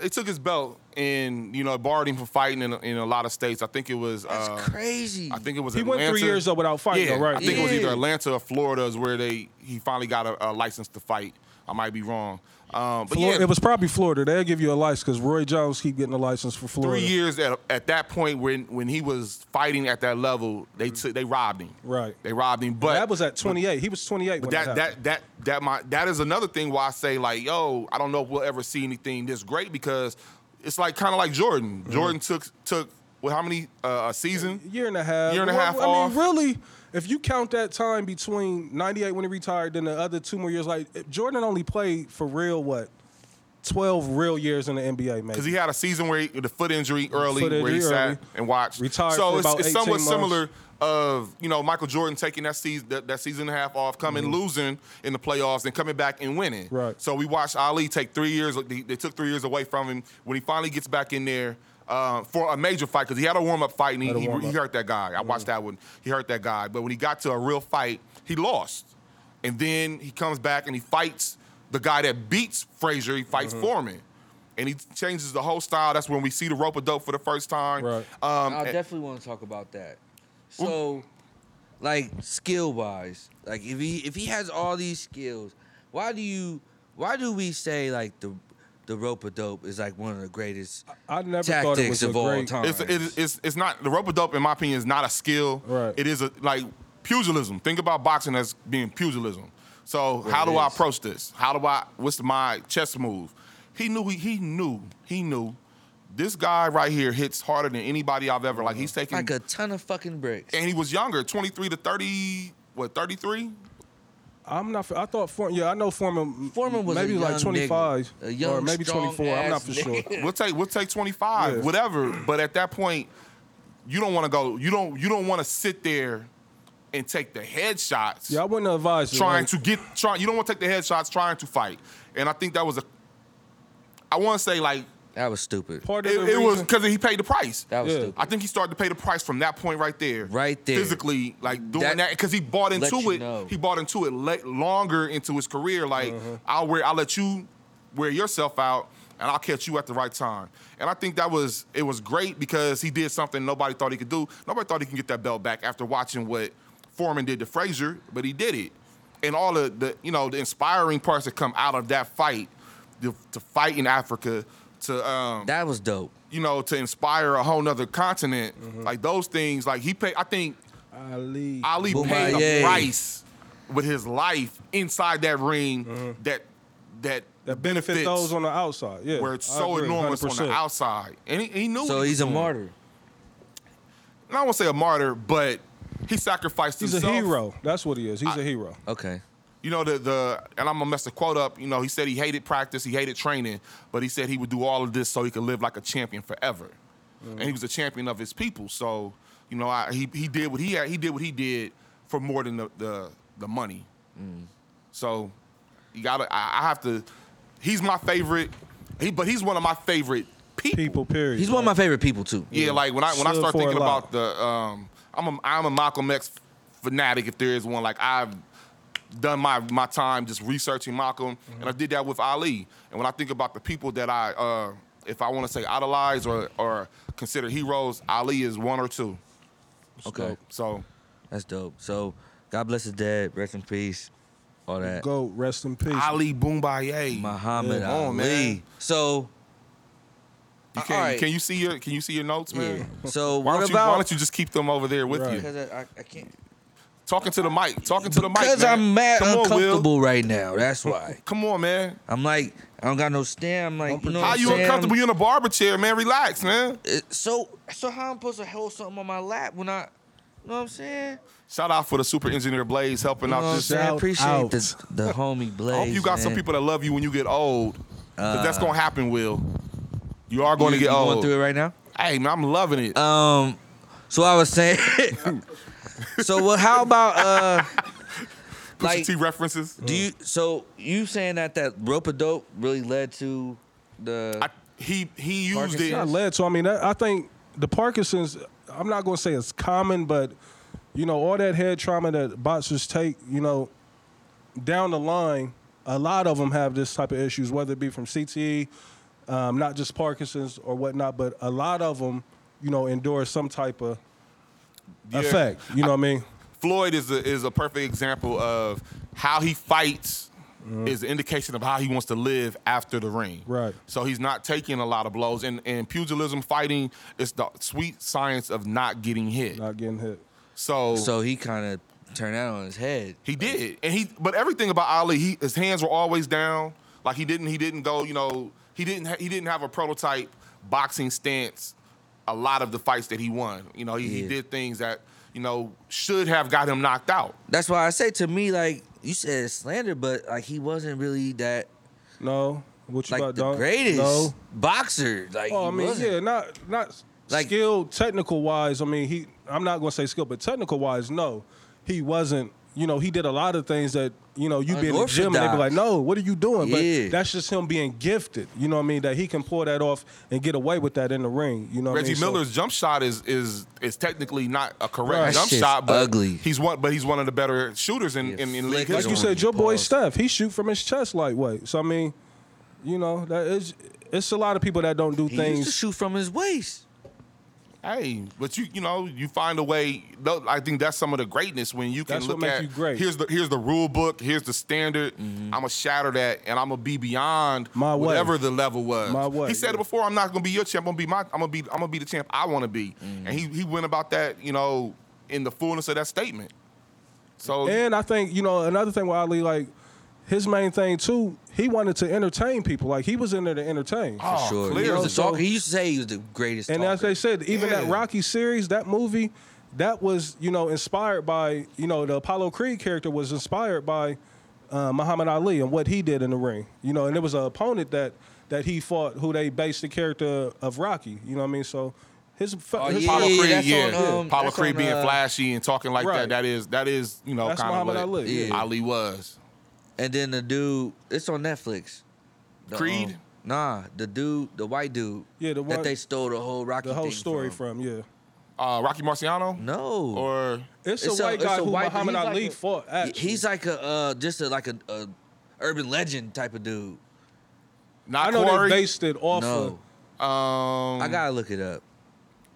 Speaker 1: They took his belt and you know barred him from fighting in, in a lot of states. I think it was.
Speaker 2: That's
Speaker 1: uh,
Speaker 2: crazy.
Speaker 1: I think it was.
Speaker 3: He went three
Speaker 1: Atlanta.
Speaker 3: years, though, without fighting,
Speaker 1: Yeah,
Speaker 3: though, right?
Speaker 1: I think it was either
Speaker 2: Yeah.
Speaker 1: Atlanta or Florida is where they he finally got a, a license to fight. I might be wrong, um, but
Speaker 3: Flor-
Speaker 1: yeah,
Speaker 3: It was probably Florida. They'll give you a license because Roy Jones keep getting a license for
Speaker 1: three
Speaker 3: Florida.
Speaker 1: years at, at that point when when he was fighting at that level, they took they robbed him.
Speaker 3: Mm-hmm. Right.
Speaker 1: They robbed him. But
Speaker 3: That was at 28. He was 28
Speaker 1: that
Speaker 3: when that, happened.
Speaker 1: that that that my that is another thing why I say like yo I don't know if we'll ever see anything this great because it's like kind of like Jordan.
Speaker 3: Mm-hmm.
Speaker 1: Jordan took took well, how many uh, a season?
Speaker 3: year and a half.
Speaker 1: Year and a
Speaker 3: Well,
Speaker 1: half
Speaker 3: I
Speaker 1: off.
Speaker 3: mean, really, if you count that time between 98 when he retired and the other two more years, like Jordan only played for real what 12 real years in the NBA, maybe.
Speaker 1: Because he had a season where he, the foot injury early,
Speaker 3: Foot
Speaker 1: where he
Speaker 3: injury
Speaker 1: sat
Speaker 3: early.
Speaker 1: and watched.
Speaker 3: Retired
Speaker 1: so
Speaker 3: for
Speaker 1: it's,
Speaker 3: about
Speaker 1: it's somewhat
Speaker 3: 18 months.
Speaker 1: similar of you know Michael Jordan taking that season that, that season and a half off, coming losing in the playoffs, and coming back and winning.
Speaker 3: Mm-hmm. Right.
Speaker 1: So we watched Ali take three years. They, they took three years away from him when he finally gets back in there. Uh, for a major fight because he had a warm up fight and he,
Speaker 3: Had a
Speaker 1: he,
Speaker 3: warm-up.
Speaker 1: he hurt that guy. I watched that one. He hurt that guy, but when he got to a real fight, he lost. And then he comes back and he fights the guy that beats Frazier. He fights Foreman, and he changes the whole style. That's when we see the rope a dope for the first time.
Speaker 3: Right.
Speaker 1: Um,
Speaker 2: I
Speaker 1: and-
Speaker 2: definitely want to talk about that. So, like skill wise, like if he if he has all these skills, why do you why do we say like the the rope a dope is like one of the greatest
Speaker 3: I never thought it
Speaker 2: tactics
Speaker 3: was a
Speaker 2: of all
Speaker 3: great-
Speaker 2: time?
Speaker 1: it's, it's, it's, it's not the rope a dope in my opinion is not a skill.
Speaker 3: Right.
Speaker 1: It is a like pugilism. Think about boxing as being pugilism. So how do I
Speaker 2: is.
Speaker 1: approach this? How do I what's my chess move? He knew he, he knew he knew this guy right here hits harder than anybody I've ever like
Speaker 3: Mm-hmm.
Speaker 1: he's taking
Speaker 2: like a ton of fucking bricks.
Speaker 1: and he was younger, 23 to 30 what 33?
Speaker 3: I'm not. I thought Foreman. Yeah, I know Foreman.
Speaker 2: Foreman was a
Speaker 3: maybe
Speaker 2: young
Speaker 3: like
Speaker 2: nigga.
Speaker 3: 25
Speaker 2: A young,
Speaker 3: or maybe
Speaker 2: strong
Speaker 3: 24. I'm not
Speaker 2: ass
Speaker 3: for sure.
Speaker 2: nigga.
Speaker 1: We'll take we'll take 25,
Speaker 3: Yeah.
Speaker 1: whatever. But at that point, you don't want to go you don't you don't want to sit there and take the headshots.
Speaker 3: (laughs) Yeah, I wouldn't advise it.
Speaker 1: trying
Speaker 3: like-
Speaker 1: to get trying. You don't want to take the headshots trying to fight. And I think that was a. I want to say like
Speaker 2: That was stupid.
Speaker 3: Part of
Speaker 1: it,
Speaker 3: the
Speaker 1: it was
Speaker 3: reason-
Speaker 1: because he paid the price.
Speaker 2: That was
Speaker 3: Yeah.
Speaker 2: stupid.
Speaker 1: I think he started to pay the price from that point right there.
Speaker 2: Right there.
Speaker 1: Physically, like doing
Speaker 2: That-
Speaker 1: that because he bought
Speaker 2: Let
Speaker 1: into
Speaker 2: you
Speaker 1: it.
Speaker 2: know. Uh-huh.
Speaker 1: He bought into it late, longer into his career. Like I'll wear, I'll let you wear yourself out, and I'll catch you at the right time. And I think that was it was great because he did something nobody thought he could do. Nobody thought he can get that belt back after watching what Foreman did to Frazier, but he did it. And all of the you know the inspiring parts that come out of that fight, the, to fight in Africa, to um,
Speaker 2: That was dope.
Speaker 1: you know, to inspire a whole nother continent.
Speaker 3: Mm-hmm.
Speaker 1: Like those things, like he paid I think
Speaker 3: Ali.
Speaker 1: Ali
Speaker 2: Boom,
Speaker 1: paid a
Speaker 2: yeah.
Speaker 1: price with his life inside that ring that that
Speaker 3: Mm-hmm. that benefit
Speaker 1: fits
Speaker 3: those on the outside. Yeah,
Speaker 1: where it's
Speaker 3: I
Speaker 1: so
Speaker 3: agree,
Speaker 1: enormous on
Speaker 3: 100%.
Speaker 1: the outside. And he, he knew
Speaker 2: So
Speaker 1: it.
Speaker 2: he's a martyr.
Speaker 1: And I won't say a martyr, but he sacrificed
Speaker 3: He's
Speaker 1: himself.
Speaker 3: a hero. That's what he is. He's a hero.
Speaker 2: Okay.
Speaker 1: You know, the the and I'm gonna mess the quote up, you know, he said he hated practice, he hated training, but he said he would do all of this so he could live like a champion forever. And he was a champion of his people. So, you know, I, he he did what he had, he did what he did for more than the the, the money. So you gotta I, I have to he's my favorite he but he's one of my favorite people.
Speaker 3: People. Period.
Speaker 2: He's one of my favorite people too.
Speaker 1: Yeah, like when I when I
Speaker 3: Stood
Speaker 1: start
Speaker 3: for
Speaker 1: thinking
Speaker 3: a lot.
Speaker 1: about the um, I'm a I'm a Malcolm X fanatic if there is one. Like I've done my my time just researching Malcolm,
Speaker 2: Mm-hmm.
Speaker 1: and I did that with Ali. And when I think about the people that I uh, if I want to say idolize or or consider heroes, Ali is one or two.
Speaker 2: Okay.
Speaker 1: So
Speaker 2: That's dope. So God bless the dead. Rest in peace. All that.
Speaker 3: Go rest in peace.
Speaker 1: Ali Boombaye.
Speaker 2: Muhammad
Speaker 1: Come
Speaker 2: Ali.
Speaker 1: on, man.
Speaker 2: So
Speaker 1: You can,
Speaker 2: All right.
Speaker 1: can you see your can you see your notes, man?
Speaker 2: yeah. So
Speaker 1: Why
Speaker 2: what
Speaker 1: don't, you, why
Speaker 2: about?
Speaker 1: don't you just keep them over there with
Speaker 3: Right.
Speaker 1: you?
Speaker 2: Because I, I, I can't.
Speaker 1: Talking to the mic. Talking to the mic.
Speaker 2: Because
Speaker 1: man.
Speaker 2: I'm mad
Speaker 1: Come on, Will. (laughs)
Speaker 2: uncomfortable right now. That's why.
Speaker 1: Come on, man.
Speaker 2: I'm like I don't got no stem. Like, you know
Speaker 1: How
Speaker 2: what I'm
Speaker 1: you
Speaker 2: saying?
Speaker 1: uncomfortable? You in a barber chair, man. Relax, man.
Speaker 2: It- So, so how I'm supposed to hold something on my lap when I, you know what I'm saying?
Speaker 1: Shout out for the super engineer Blaze helping
Speaker 2: You know
Speaker 1: out
Speaker 2: what I'm
Speaker 1: this.
Speaker 2: saying?
Speaker 4: Shout
Speaker 2: Appreciate
Speaker 4: out.
Speaker 2: the the homie Blaze.
Speaker 1: I hope you got some
Speaker 2: man.
Speaker 1: people that love you when you get old. 'Cause that's gonna happen, Will. You are going
Speaker 2: Uh, You-
Speaker 1: to
Speaker 2: you
Speaker 1: get
Speaker 2: going
Speaker 1: old.
Speaker 2: through it right now.
Speaker 1: Hey, man, I'm loving it.
Speaker 2: Um, so I was saying. (laughs) so well, how about (laughs) uh,
Speaker 1: Pusha
Speaker 2: like
Speaker 1: T references.
Speaker 2: do you? So you saying that that rope a dope really led to the?
Speaker 1: I, he he used
Speaker 2: Parkinson's?
Speaker 1: it.
Speaker 3: not led to. I mean, that, I think the Parkinson's. I'm not going to say it's common, but you know, all that head trauma that boxers take, you know, down the line, a lot of them have this type of issues, whether it be from CTE, um, not just Parkinson's or whatnot, but a lot of them, you know, endure some type of
Speaker 1: Yeah.
Speaker 3: effect. You know what I mean?
Speaker 1: Floyd is a, is a perfect example of how he fights
Speaker 2: Mm-hmm.
Speaker 1: is an indication of how he wants to live after the ring.
Speaker 3: Right.
Speaker 1: So he's not taking a lot of blows. And, and pugilism fighting is the sweet science of not getting hit.
Speaker 3: Not getting hit.
Speaker 1: So,
Speaker 2: so he kind of turned that on his head.
Speaker 1: he did. And he but everything about Ali, he, his hands were always down. Like he didn't he didn't go, you know, he didn't ha- he didn't have a prototype boxing stance a lot of the fights that he won. You know, he, he
Speaker 2: Yeah.
Speaker 1: did things that, you know, should have got him knocked out.
Speaker 2: That's why I say to me like you said slander, but like he wasn't really that
Speaker 3: No. What you
Speaker 2: like
Speaker 3: got,
Speaker 2: the
Speaker 3: dog?
Speaker 2: greatest
Speaker 3: No.
Speaker 2: boxer. Like
Speaker 3: Oh, I
Speaker 2: he
Speaker 3: mean,
Speaker 2: wasn't.
Speaker 3: yeah, not not
Speaker 2: Like-
Speaker 3: skill technical wise. I mean, he I'm not gonna say skill, but technical wise, no, he wasn't. You know, he did a lot of things that you know
Speaker 2: Uh,
Speaker 3: you be in the gym and they be like,
Speaker 2: Unorthodox.
Speaker 3: "No, what are you doing?"
Speaker 2: Yeah.
Speaker 3: But that's just him being gifted. You know what I mean? That he can pull that off and get away with that in the ring. You know, what I
Speaker 1: Reggie
Speaker 3: mean? So-
Speaker 1: Miller's jump shot is is is technically not a correct
Speaker 3: Right. That
Speaker 1: jump
Speaker 2: shit's
Speaker 1: shot, but
Speaker 2: ugly.
Speaker 1: he's one but he's one of the better shooters in in, in league
Speaker 2: flick
Speaker 3: like
Speaker 1: history.
Speaker 3: you
Speaker 2: don't
Speaker 3: said,
Speaker 2: be
Speaker 3: your boy
Speaker 2: balls.
Speaker 3: Steph, he shoot from his chest lightweight. So I mean, you know, that is it's a lot of people that don't do
Speaker 2: he used to
Speaker 3: things.
Speaker 2: shoot from his waist.
Speaker 1: Hey, but you you know you find a way. tho- I think that's some of the greatness when you can
Speaker 3: That's what
Speaker 1: look
Speaker 3: makes
Speaker 1: at
Speaker 3: you great. Mm-hmm.
Speaker 1: here's the here's the rule book, here's the standard. I'm gonna shatter that, and I'm gonna be beyond
Speaker 3: My way.
Speaker 1: whatever the level was.
Speaker 3: My way,
Speaker 1: He said it
Speaker 3: yeah.
Speaker 1: before. I'm not gonna be your champ. I'm gonna be my. I'm gonna be. I'm gonna be the champ I want to be.
Speaker 3: Mm-hmm.
Speaker 1: And he he went about that you know in the fullness of that statement. So
Speaker 3: And I think you know another thing with Ali, like his main thing too, he wanted to entertain people. like he was in there to entertain.
Speaker 1: oh,
Speaker 2: sure.
Speaker 1: clear.
Speaker 2: He was a
Speaker 3: So-
Speaker 2: talker. He used to say he was the greatest.
Speaker 3: and as
Speaker 2: talker.
Speaker 3: they said, even that
Speaker 1: Yeah.
Speaker 3: Rocky series, that movie, that was you know inspired by you know the Apollo Creed character was inspired by uh, Muhammad Ali and what he did in the ring. You know, and it was an opponent that that he fought who they based the character of Rocky. You know what I mean? So his, fa-
Speaker 2: Oh,
Speaker 3: his
Speaker 2: Yeah,
Speaker 1: Apollo
Speaker 2: yeah,
Speaker 1: Creed,
Speaker 2: that's
Speaker 1: yeah.
Speaker 2: on, um,
Speaker 1: Apollo
Speaker 2: that's
Speaker 1: Creed
Speaker 2: on,
Speaker 1: being
Speaker 2: uh,
Speaker 1: flashy and talking like that.
Speaker 3: Right.
Speaker 1: That is that is you know
Speaker 3: That's
Speaker 1: kind of what
Speaker 3: Muhammad Ali,
Speaker 2: yeah.
Speaker 1: Ali was.
Speaker 2: And then the dude, it's on Netflix. The,
Speaker 1: Creed?
Speaker 2: um, nah, the dude, the white dude.
Speaker 3: Yeah, the
Speaker 2: that
Speaker 3: one-
Speaker 2: they stole the whole Rocky.
Speaker 3: the whole
Speaker 2: thing
Speaker 3: story from, yeah.
Speaker 1: Uh, Rocky Marciano.
Speaker 2: No.
Speaker 1: Or
Speaker 3: It's,
Speaker 2: It's
Speaker 3: a
Speaker 2: a-
Speaker 3: white
Speaker 2: it's
Speaker 3: guy
Speaker 2: a
Speaker 3: who
Speaker 2: white-
Speaker 3: Muhammad
Speaker 2: he's like
Speaker 3: Ali
Speaker 2: a-
Speaker 3: fought.
Speaker 2: He-
Speaker 3: Actually.
Speaker 2: he's like a uh, just a, like a, a urban legend type of dude.
Speaker 1: not
Speaker 3: I know
Speaker 1: Corey.
Speaker 3: they based it off
Speaker 2: No,
Speaker 1: Um,
Speaker 2: I gotta look it up.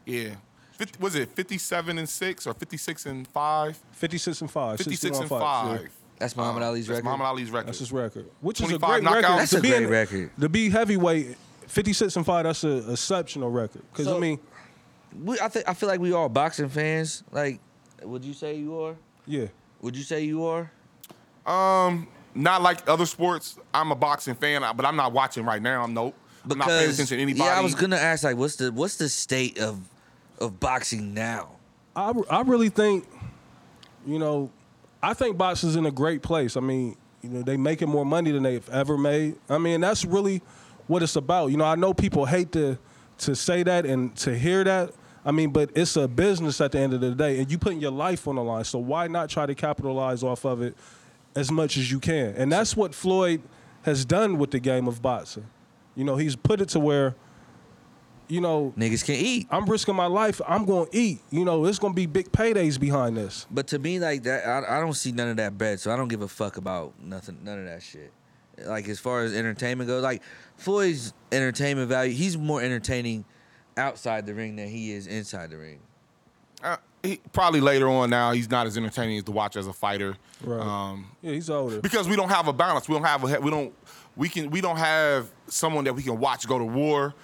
Speaker 1: yeah. 50, was it fifty-seven and six or fixty-six and five?
Speaker 3: of 56 and 5.
Speaker 1: Fifty-six
Speaker 3: 61
Speaker 1: and
Speaker 3: fights, yeah.
Speaker 1: five.
Speaker 2: That's Muhammad Ali's
Speaker 1: Uh, That's
Speaker 2: record?
Speaker 1: Muhammad Ali's record.
Speaker 3: That's his record, which is a
Speaker 1: 25
Speaker 3: great record.
Speaker 1: knockouts.
Speaker 2: That's
Speaker 3: to
Speaker 2: a
Speaker 3: be
Speaker 2: great
Speaker 3: in-
Speaker 2: record.
Speaker 3: To be heavyweight, fifty-six and five. That's an exceptional record. Because
Speaker 2: So-
Speaker 3: I mean,
Speaker 2: We, I think I feel like we all boxing fans. Like, would you say you are?
Speaker 3: yeah,
Speaker 2: Would you say you are?
Speaker 1: um, not like other sports. I'm a boxing fan, but I'm not watching right now. I'm nope. I'm not paying attention to anybody.
Speaker 2: yeah, I was gonna ask like, what's the what's the state of of boxing now?
Speaker 3: I I really think, you know, I think boxing's in a great place. I mean, you know, they making more money than they've ever made. I mean, that's really what it's about. You know, I know people hate to to say that and to hear that. I mean, but it's a business at the end of the day, and you putting your life on the line. So why not try to capitalize off of it as much as you can? And that's what Floyd has done with the game of boxing. You know, he's put it to where, you know,
Speaker 2: Niggas can eat.
Speaker 3: I'm risking my life. I'm going to eat. You know, it's going to be big paydays behind this.
Speaker 2: But to me, like that, I, I don't see none of that bread, so I don't give a fuck about nothing, none of that shit. Like as far as entertainment goes, like Floyd's entertainment value, he's more entertaining outside the ring than he is inside the ring.
Speaker 1: Uh, he, probably later on now, he's not as entertaining as to watch as a fighter.
Speaker 3: Right.
Speaker 1: Um,
Speaker 3: Yeah, he's older.
Speaker 1: because we don't have a balance. We don't have a, we don't we can we don't have someone that we can watch go to war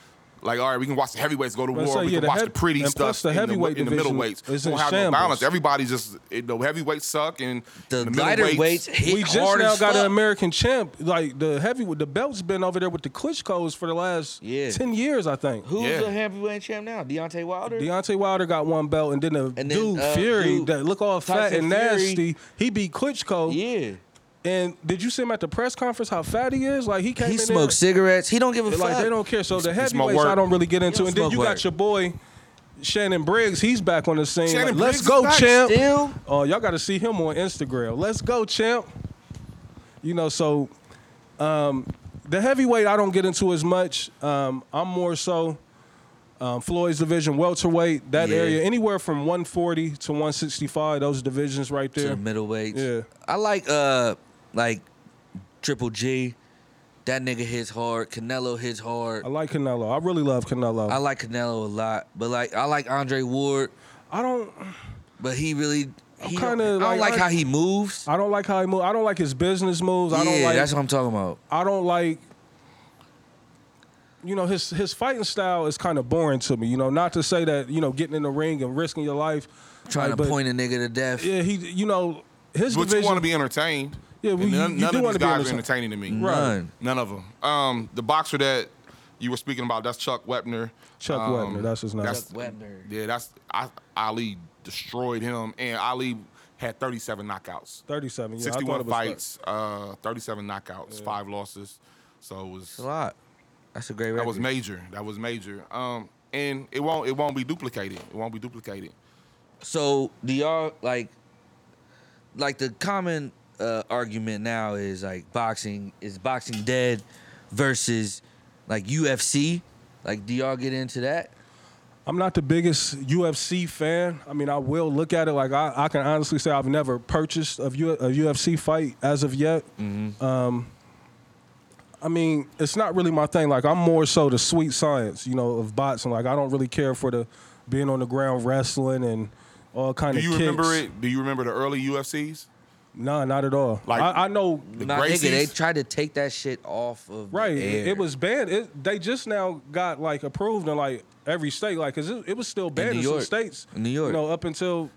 Speaker 1: Like, all right, we can watch the heavyweights go to
Speaker 3: Let's
Speaker 1: war.
Speaker 3: say,
Speaker 1: we
Speaker 3: yeah,
Speaker 1: can
Speaker 3: the
Speaker 1: watch
Speaker 3: head-
Speaker 1: the pretty
Speaker 3: and
Speaker 1: stuff
Speaker 3: plus the
Speaker 1: in the-
Speaker 3: heavyweight
Speaker 1: in the
Speaker 3: division
Speaker 1: middleweights.
Speaker 3: is
Speaker 1: we
Speaker 3: in
Speaker 1: don't have no
Speaker 3: shambles.
Speaker 1: balance. Everybody just it, the heavyweights suck, and
Speaker 2: The,
Speaker 1: middleweights-
Speaker 2: lighter weights hit
Speaker 3: we just
Speaker 2: hard
Speaker 3: now
Speaker 2: as
Speaker 3: got
Speaker 2: fuck.
Speaker 3: an American champ. Like the heavy, the belt's been over there with the Klitschko's for the last
Speaker 2: Yeah.
Speaker 3: ten years, I think.
Speaker 2: Who's
Speaker 1: Yeah.
Speaker 2: the heavyweight champ now? Deontay Wilder.
Speaker 3: Deontay Wilder got one belt, and then the
Speaker 2: And then,
Speaker 3: dude
Speaker 2: uh,
Speaker 3: Fury
Speaker 2: dude,
Speaker 3: that look all fat
Speaker 2: Tyson
Speaker 3: and
Speaker 2: Fury.
Speaker 3: nasty. He beat Klitschko.
Speaker 2: yeah,
Speaker 3: And did you see him at the press conference? How fat he is? Like he came
Speaker 2: he
Speaker 3: in there-
Speaker 2: smokes cigarettes. He don't give a
Speaker 3: They're
Speaker 2: fuck.
Speaker 3: Like they don't care. So the
Speaker 1: It's- it's my
Speaker 3: heavyweights I
Speaker 1: work.
Speaker 3: don't really get
Speaker 2: don't
Speaker 3: into. And then
Speaker 2: smoke
Speaker 3: you
Speaker 2: work.
Speaker 3: got your boy Shannon Briggs. He's back on the scene.
Speaker 1: Shannon
Speaker 3: Like, Let's
Speaker 1: Briggs
Speaker 3: go,
Speaker 1: is back.
Speaker 3: champ.
Speaker 2: Still,
Speaker 3: Oh, y'all got to see him on Instagram. Let's go, champ. You know, so um, the heavyweight I don't get into as much. Um, I'm more so um, Floyd's division, welterweight, that
Speaker 2: Yeah.
Speaker 3: area, anywhere from 140 to 165. Those divisions right
Speaker 2: to the
Speaker 3: there.
Speaker 2: middleweights.
Speaker 3: Yeah.
Speaker 2: I like uh like Triple G. That nigga hits hard. Canelo hits hard.
Speaker 3: I like Canelo. I really love Canelo.
Speaker 2: I like Canelo a lot, but like I like Andre Ward,
Speaker 3: I don't.
Speaker 2: but he really he
Speaker 3: kinda
Speaker 2: don't- I don't
Speaker 3: like-
Speaker 2: like
Speaker 3: I-
Speaker 2: how he moves.
Speaker 3: I don't like how he moves. I don't like his business moves. I don't
Speaker 2: yeah,
Speaker 3: like.
Speaker 2: that's what I'm talking about.
Speaker 3: I don't like. You know his his fighting style is kind of boring to me. You know, not to say that you know getting in the ring and risking your life.
Speaker 2: Trying
Speaker 3: like,
Speaker 2: to
Speaker 3: but-
Speaker 2: point a nigga to death.
Speaker 3: Yeah, he. You know his
Speaker 1: But you
Speaker 3: division.
Speaker 1: want to be entertained.
Speaker 3: Yeah, well,
Speaker 1: And
Speaker 3: you-
Speaker 1: none,
Speaker 3: you
Speaker 1: none
Speaker 3: do
Speaker 1: of these
Speaker 3: wanna be
Speaker 1: guys are
Speaker 3: entertained.
Speaker 1: entertaining to me.
Speaker 2: None.
Speaker 1: None of them. Um, the boxer that you were speaking about, that's Chuck Wepner.
Speaker 3: Chuck
Speaker 1: um,
Speaker 3: Webner, that's his name.
Speaker 1: that's-
Speaker 2: Chuck Webner.
Speaker 1: Yeah, that's I, Ali destroyed him, and Ali had 37 knockouts,
Speaker 3: Thirty-seven. Yeah, I thought
Speaker 1: 61
Speaker 3: it was
Speaker 1: fights, uh, 37 knockouts, five losses. So it was
Speaker 2: That's a lot. That's a great record.
Speaker 1: that was major. That was major. Um, and it won't it won't be duplicated. It won't be duplicated.
Speaker 2: So do y'all like like the common uh, argument now is like boxing is boxing dead versus like UFC. Like do y'all get into that?
Speaker 3: I'm not the biggest UFC fan. I mean, I will look at it. Like I, I can honestly say I've never purchased a, U, a UFC fight as of yet.
Speaker 1: Mm-hmm.
Speaker 3: Um, I mean, it's not really my thing. Like I'm more so the sweet science, you know, of boxing. Like I don't really care for the being on the ground wrestling and all kind
Speaker 1: Do
Speaker 3: of.
Speaker 1: you
Speaker 3: kicks.
Speaker 1: remember it? Do you remember the early UFCs?
Speaker 3: Nah, not at all.
Speaker 1: Like-
Speaker 3: Like I, I know,
Speaker 1: The
Speaker 2: Nah, nigga, they
Speaker 1: Gracies?
Speaker 2: tried to take that shit off of the
Speaker 3: right?
Speaker 2: air.
Speaker 3: It, it was banned. It, they just now got like approved in like every state, like because it, it was still banned in,
Speaker 2: New
Speaker 3: some
Speaker 2: York.
Speaker 3: states.
Speaker 2: In New York.
Speaker 3: you know, up until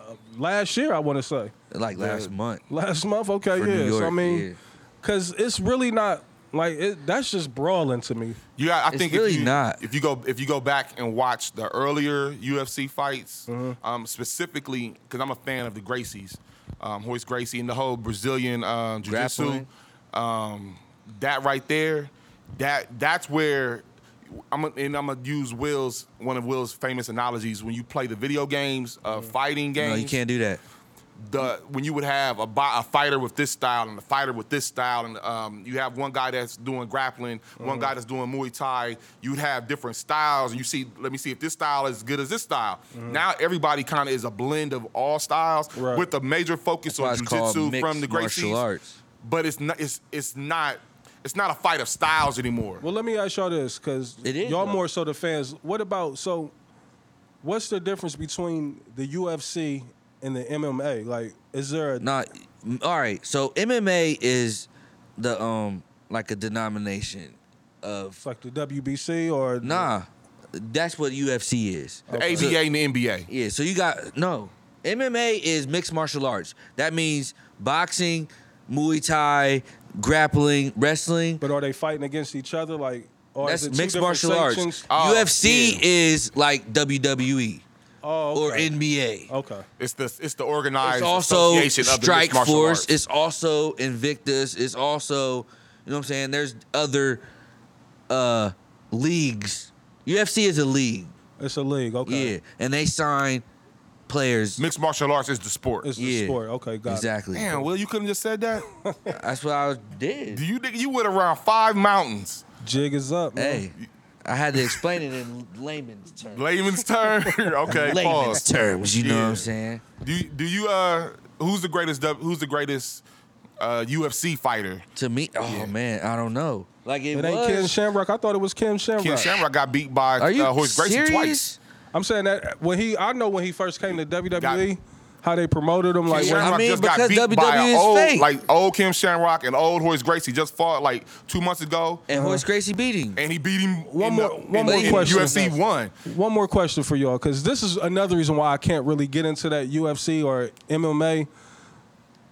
Speaker 3: uh, last year, I want to say.
Speaker 2: like last month.
Speaker 3: Last month, okay,
Speaker 2: For
Speaker 3: yeah.
Speaker 2: New
Speaker 3: so I
Speaker 2: York, yeah.
Speaker 3: mean, because it's really not like it, that's just brawling to me.
Speaker 1: You got, I
Speaker 2: It's
Speaker 1: think
Speaker 2: really
Speaker 1: if you,
Speaker 2: not.
Speaker 1: If you go if you go back and watch the earlier UFC fights,
Speaker 2: Mm-hmm.
Speaker 1: um, specifically because I'm a fan of the Gracies, um, Hoist Gracie and the whole Brazilian um, jiu-jitsu,
Speaker 2: Grappling.
Speaker 1: um, that right there, that that's where I'm gonna- and I'm gonna use Will's one of Will's famous analogies when you play the video games, uh, fighting games
Speaker 2: Mm-hmm. No, you can't do that.
Speaker 1: the when you would have a, bo- a fighter with this style and a fighter with this style, and um, you have one guy that's doing grappling, one
Speaker 3: Mm-hmm.
Speaker 1: guy that's doing Muay Thai. You'd have different styles, and you see, let me see if this style is as good as this style. Now everybody kind of is a blend of all styles
Speaker 3: Mm-hmm. Right.
Speaker 1: with a major focus
Speaker 2: Why
Speaker 1: on
Speaker 2: it's called
Speaker 1: jujitsu
Speaker 2: mixed
Speaker 1: from the
Speaker 2: martial
Speaker 1: Gracies.
Speaker 2: arts.
Speaker 1: But it's not, it's it's not, it's not a fight of styles anymore.
Speaker 3: Well, let me ask y'all this, because
Speaker 2: It is,
Speaker 3: y'all
Speaker 2: though.
Speaker 3: more so the fans. What about so? What's the difference between the UFC and the MMA? Like, is there a
Speaker 2: Not all right. So MMA is the um like a denomination of
Speaker 3: it's like the WBC or
Speaker 2: Nah, that's what UFC is.
Speaker 1: the ABA and the NBA.
Speaker 2: Yeah, so you got no MMA is mixed martial arts. That means boxing, Muay Thai, grappling, wrestling.
Speaker 3: But are they fighting against each other? Like, or is
Speaker 2: That's
Speaker 3: it two
Speaker 2: mixed
Speaker 3: different
Speaker 2: martial
Speaker 3: sections?
Speaker 2: arts.
Speaker 1: Oh,
Speaker 2: UFC
Speaker 1: yeah.
Speaker 2: is like WWE
Speaker 3: Oh,
Speaker 2: or
Speaker 3: okay.
Speaker 2: NBA.
Speaker 3: okay.
Speaker 1: It's the it's the organized
Speaker 2: It's also
Speaker 1: association of the
Speaker 2: Strike
Speaker 1: mixed martial
Speaker 2: Force.
Speaker 1: arts.
Speaker 2: It's also Invictus. It's also you know what I'm saying. There's other uh leagues. UFC is a league.
Speaker 3: It's a league. Okay.
Speaker 2: Yeah, and they sign players.
Speaker 1: mixed martial arts is the sport.
Speaker 3: It's
Speaker 2: Yeah.
Speaker 3: a sport. Okay, got it.
Speaker 2: Exactly.
Speaker 1: Damn, Will, you couldn't just said that.
Speaker 2: That's what I did.
Speaker 1: Do you think you went around five mountains?
Speaker 3: Jig is up. Man.
Speaker 2: hey, I had to explain it in layman's terms. (laughs)
Speaker 1: Layman's turn. (laughs) okay,
Speaker 2: layman's
Speaker 1: pause.
Speaker 2: terms, you know what
Speaker 1: Yeah.
Speaker 2: I'm saying?
Speaker 1: Do you, do you uh who's the greatest W- who's the greatest uh UFC fighter?
Speaker 2: To me, oh man, I don't know. Like it, was.
Speaker 3: It ain't Ken Shamrock. I thought it was Kim Shamrock.
Speaker 1: Ken Shamrock got beat by
Speaker 2: Are you
Speaker 1: uh, Horace Gracie
Speaker 2: serious?
Speaker 1: twice.
Speaker 3: I'm saying that when he, I know when he first came to WWE,
Speaker 1: Got-
Speaker 3: how they promoted him. Like,
Speaker 2: Yeah,
Speaker 3: when-
Speaker 1: Shamrock
Speaker 2: I mean,
Speaker 1: just got
Speaker 2: because
Speaker 1: beat by
Speaker 2: WWE
Speaker 1: an
Speaker 2: is
Speaker 1: old,
Speaker 2: fake.
Speaker 1: like old Kim Shamrock and old Horace Gracie just fought like two months ago,
Speaker 2: And Horace Gracie beating.
Speaker 1: and he beat him.
Speaker 3: One
Speaker 1: in
Speaker 3: more-
Speaker 1: the-
Speaker 3: one
Speaker 1: in-
Speaker 2: more
Speaker 1: in
Speaker 2: question.
Speaker 1: UFC one.
Speaker 3: one more question for y'all, because this is another reason why I can't really get into that UFC or MMA.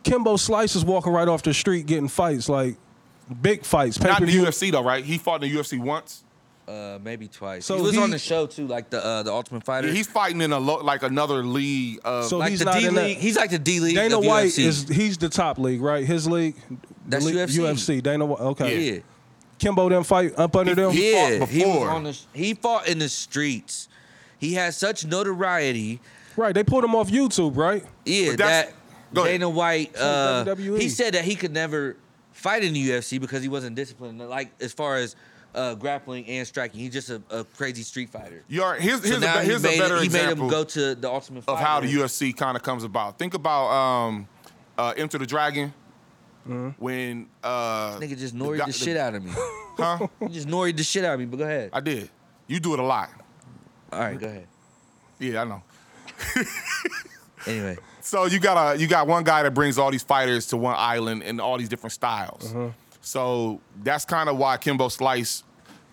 Speaker 3: Kimbo Slice is walking right off the street getting fights, like big fights.
Speaker 1: Not in the
Speaker 3: pay-per-view.
Speaker 1: UFC though, right? He fought in the UFC once.
Speaker 2: Uh, maybe twice.
Speaker 3: So
Speaker 2: he was
Speaker 3: he-
Speaker 2: on the show too, like the uh, the Ultimate Fighter.
Speaker 1: Yeah, he's fighting in a lo- like another league. uh, Of,
Speaker 3: So
Speaker 2: like
Speaker 3: he's
Speaker 2: the
Speaker 3: not
Speaker 2: D
Speaker 3: in that-
Speaker 2: League. He's like the D League.
Speaker 3: Dana
Speaker 2: of
Speaker 3: White
Speaker 2: UFC.
Speaker 3: is he's the top league, right? His league,
Speaker 2: That's
Speaker 3: the league-
Speaker 2: UFC.
Speaker 3: UFC. Dana White. Okay.
Speaker 2: yeah.
Speaker 3: Kimbo didn't fight up under them.
Speaker 1: he
Speaker 2: yeah,
Speaker 1: fought
Speaker 2: He, was
Speaker 1: before.
Speaker 2: on the, he fought in the streets. He had such notoriety.
Speaker 3: Right. They pulled him off YouTube, right?
Speaker 2: Yeah,
Speaker 1: But that's-
Speaker 2: that
Speaker 1: go ahead.
Speaker 2: Dana White. Uh,
Speaker 3: WWE.
Speaker 2: he said that he could never fight in the UFC because he wasn't disciplined. Like as far as uh, grappling and striking, he's just a, a crazy street fighter.
Speaker 1: You're, here's here's, a,
Speaker 2: now
Speaker 1: be-
Speaker 2: he
Speaker 1: here's a
Speaker 2: made,
Speaker 1: better
Speaker 2: he made
Speaker 1: example
Speaker 2: him go to the Ultimate
Speaker 1: of
Speaker 2: Fighter.
Speaker 1: how the UFC kind of comes about. Think about um, uh, Enter the Dragon when uh,
Speaker 2: Nigga just norried
Speaker 1: guy-
Speaker 2: the, shit out of me.
Speaker 1: Huh?
Speaker 2: he just norried the shit out of me. But go ahead.
Speaker 1: I did. You do it a lot.
Speaker 2: All right, go ahead.
Speaker 1: Yeah, I know.
Speaker 2: Anyway,
Speaker 1: So you got a you got one guy that brings all these fighters to one island in all these different styles. So that's kind of why Kimbo Slice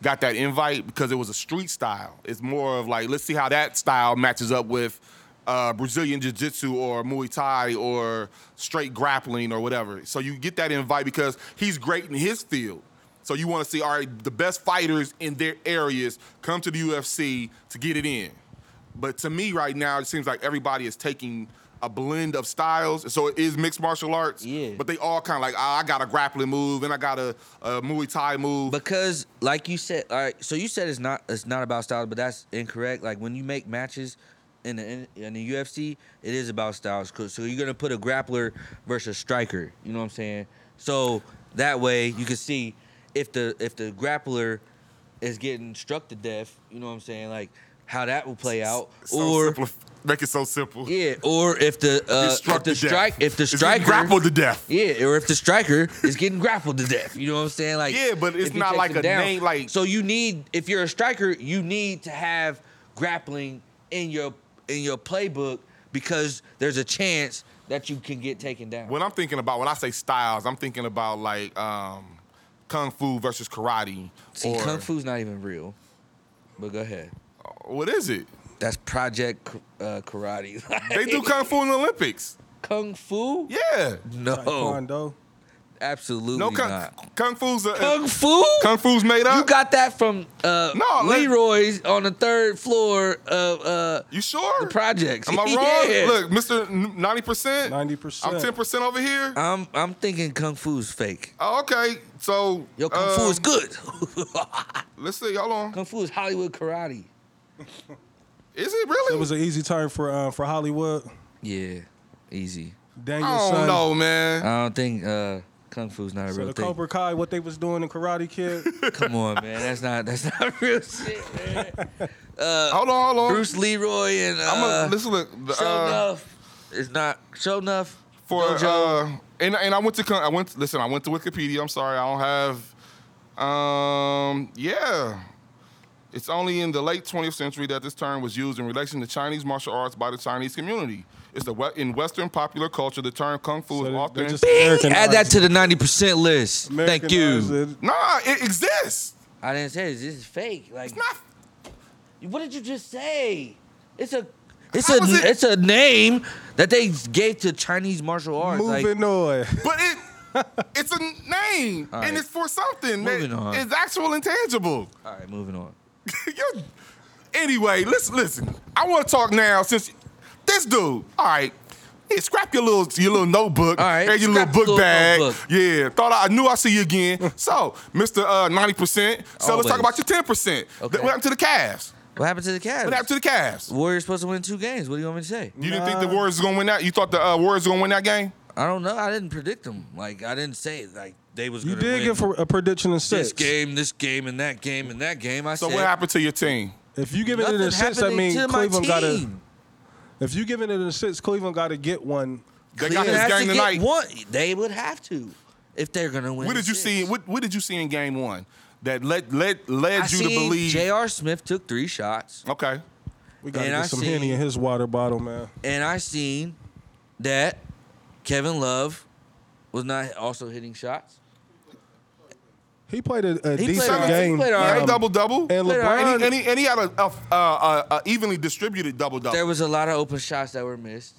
Speaker 1: got that invite because it was a street style. It's more of like let's see how that style matches up with uh, Brazilian Jiu Jitsu or Muay Thai or straight grappling or whatever. So you get that invite because he's great in his field. So you want to see all right the best fighters in their areas come to the UFC to get it in. But to me, right now, it seems like everybody is taking a blend of styles. So it is mixed martial arts.
Speaker 2: Yeah.
Speaker 1: But they all kind of like, ah, I got a grappling move and I got a, a Muay Thai move.
Speaker 2: because like you said, all right. So you said it's not it's not about styles, but that's incorrect. Like when you make matches in the in, in the UFC, it is about styles. 'Cause- So you're gonna put a grappler versus a striker. You know what I'm saying? So that way you can see if the if the grappler is getting struck to death. You know what I'm saying? Like how that will play out,
Speaker 1: so
Speaker 2: or
Speaker 1: simplif- make it so simple.
Speaker 2: yeah, or if the
Speaker 1: Get
Speaker 2: uh,
Speaker 1: struck
Speaker 2: if the
Speaker 1: to death.
Speaker 2: strike if the
Speaker 1: It's getting
Speaker 2: striker
Speaker 1: grappled to death.
Speaker 2: yeah, or if the striker is getting grappled to death. You know what I'm saying? Like
Speaker 1: Yeah, but it's
Speaker 2: if he
Speaker 1: not
Speaker 2: takes
Speaker 1: like
Speaker 2: him
Speaker 1: a name, like-
Speaker 2: so you need if you're a striker, you need to have grappling in your in your playbook because there's a chance that you can get taken down.
Speaker 1: When I'm thinking about when I say styles, I'm thinking about like um, kung fu versus karate.
Speaker 2: See,
Speaker 1: or
Speaker 2: kung fu's not even real. But go ahead.
Speaker 1: what is it?
Speaker 2: That's Project uh, Karate. (laughs)
Speaker 1: They do kung fu in the Olympics.
Speaker 2: kung fu?
Speaker 1: Yeah.
Speaker 2: No,
Speaker 3: Taekwondo.
Speaker 2: absolutely
Speaker 1: No kung
Speaker 2: not.
Speaker 1: kung fu's a,
Speaker 2: Kung fu?
Speaker 1: kung fu's made up.
Speaker 2: You got that from uh,
Speaker 1: No, let-
Speaker 2: Leroy's on the third floor of uh,
Speaker 1: You sure?
Speaker 2: the projects.
Speaker 1: (laughs) Am I wrong?
Speaker 2: (laughs) Yeah.
Speaker 1: Look, Mr. N- 90%.
Speaker 3: 90%.
Speaker 1: I'm 10% over here.
Speaker 2: I'm I'm thinking kung fu's fake.
Speaker 1: Oh, okay. So
Speaker 2: Yo, kung fu is
Speaker 1: um,
Speaker 2: good. (laughs)
Speaker 1: Let's see, y'all on.
Speaker 2: kung fu is Hollywood karate.
Speaker 1: Is it really?
Speaker 3: It was an easy turn for uh, for Hollywood.
Speaker 2: Yeah, easy.
Speaker 3: Daniel
Speaker 1: I don't
Speaker 3: son.
Speaker 1: know, man.
Speaker 2: I don't think uh, kung fu's not a
Speaker 3: So
Speaker 2: real
Speaker 3: the
Speaker 2: thing.
Speaker 3: Cobra Kai, what they was doing in Karate Kid.
Speaker 2: Come on, man, that's not that's not (laughs) real shit, man.
Speaker 1: hold on, hold on.
Speaker 2: Uh, Bruce Leroy and uh,
Speaker 1: I'm gonna Oh. listen. Look, the,
Speaker 2: Show
Speaker 1: uh,
Speaker 2: enough is not show enough
Speaker 1: for
Speaker 2: Dojo.
Speaker 1: uh, and and I went to con- I went. Listen, I went to Wikipedia. I'm sorry, I don't have. Um, yeah. It's only in the late 20th century that this term was used in relation to Chinese martial arts by the Chinese community. It's the we- in Western popular culture, the term kung fu is
Speaker 3: So they-
Speaker 1: often
Speaker 3: they just
Speaker 1: uh,
Speaker 3: Americanized
Speaker 2: Add that to the ninety percent list.
Speaker 3: it.
Speaker 2: Thank you.
Speaker 3: Americanized it.
Speaker 1: Nah, it exists.
Speaker 2: I didn't say this. This is fake. Like,
Speaker 1: Not
Speaker 2: what did you just say? It's a, it's
Speaker 1: How
Speaker 2: a,
Speaker 1: is it-
Speaker 2: it's a name that they gave to Chinese martial arts. Like,
Speaker 3: Moving on. (laughs)
Speaker 1: But
Speaker 2: (laughs)
Speaker 1: it it's a name
Speaker 2: All
Speaker 1: and
Speaker 2: right.
Speaker 1: it's for something. man.
Speaker 2: Moving on.
Speaker 1: It's actual intangible.
Speaker 2: all right, moving on.
Speaker 1: (laughs) You're- anyway, listen, listen. I want to talk now since this dude. All right. Hey, scrap your little your little notebook
Speaker 2: All right,
Speaker 1: and your little
Speaker 2: scrap your
Speaker 1: book
Speaker 2: little
Speaker 1: bag.
Speaker 2: notebook.
Speaker 1: Yeah, thought I, I knew I'd see you
Speaker 2: (laughs)
Speaker 1: again. so, Mr. Uh, 90%. So let's talk
Speaker 2: Always.
Speaker 1: about your 10%.
Speaker 2: Okay.
Speaker 1: What happened to the Cavs?
Speaker 2: What happened to the Cavs?
Speaker 1: What happened to the Cavs?
Speaker 2: Warriors supposed to win two games. What do you want me to say?
Speaker 1: You didn't think
Speaker 3: Nah.
Speaker 1: the Warriors was gonna win that? You thought the uh, Warriors were gonna win that game?
Speaker 2: I don't know. I didn't predict them. Like I didn't say like they was.
Speaker 3: You
Speaker 2: gonna
Speaker 3: did
Speaker 2: win
Speaker 3: give a, a prediction of
Speaker 2: this
Speaker 3: six.
Speaker 2: game, this game, and that game, and that game. I
Speaker 1: So
Speaker 2: said
Speaker 1: what happened to your team?
Speaker 3: If you giving it
Speaker 2: nothing
Speaker 3: a six, that
Speaker 2: happened
Speaker 3: means
Speaker 2: to my
Speaker 3: Cleveland got to.
Speaker 2: team.
Speaker 3: If you giving it a six, Cleveland got to get one.
Speaker 1: They got
Speaker 2: Cleveland
Speaker 1: this
Speaker 2: has
Speaker 1: game
Speaker 2: to
Speaker 1: tonight.
Speaker 2: get one. They would have to if they're gonna win.
Speaker 1: What did you
Speaker 2: six.
Speaker 1: see? What, what did you see in game one that led led led
Speaker 2: I
Speaker 1: you to
Speaker 2: seen
Speaker 1: believe?
Speaker 2: J.R. Smith took three shots.
Speaker 1: okay,
Speaker 3: We got to
Speaker 2: And
Speaker 3: get
Speaker 2: I
Speaker 3: some
Speaker 2: see-
Speaker 3: henny in his water bottle, man.
Speaker 2: and I seen that Kevin Love was not also hitting shots.
Speaker 3: He played a, a
Speaker 2: He
Speaker 3: decent
Speaker 2: played- he
Speaker 3: game. Um,
Speaker 2: played all right.
Speaker 1: He had a double double,
Speaker 3: and
Speaker 2: Played all
Speaker 3: LeBron,
Speaker 1: and
Speaker 2: right.
Speaker 1: he, and he, and he had a, a, a, a uh, evenly distributed double
Speaker 2: There
Speaker 1: double.
Speaker 2: was a lot of open shots that were missed.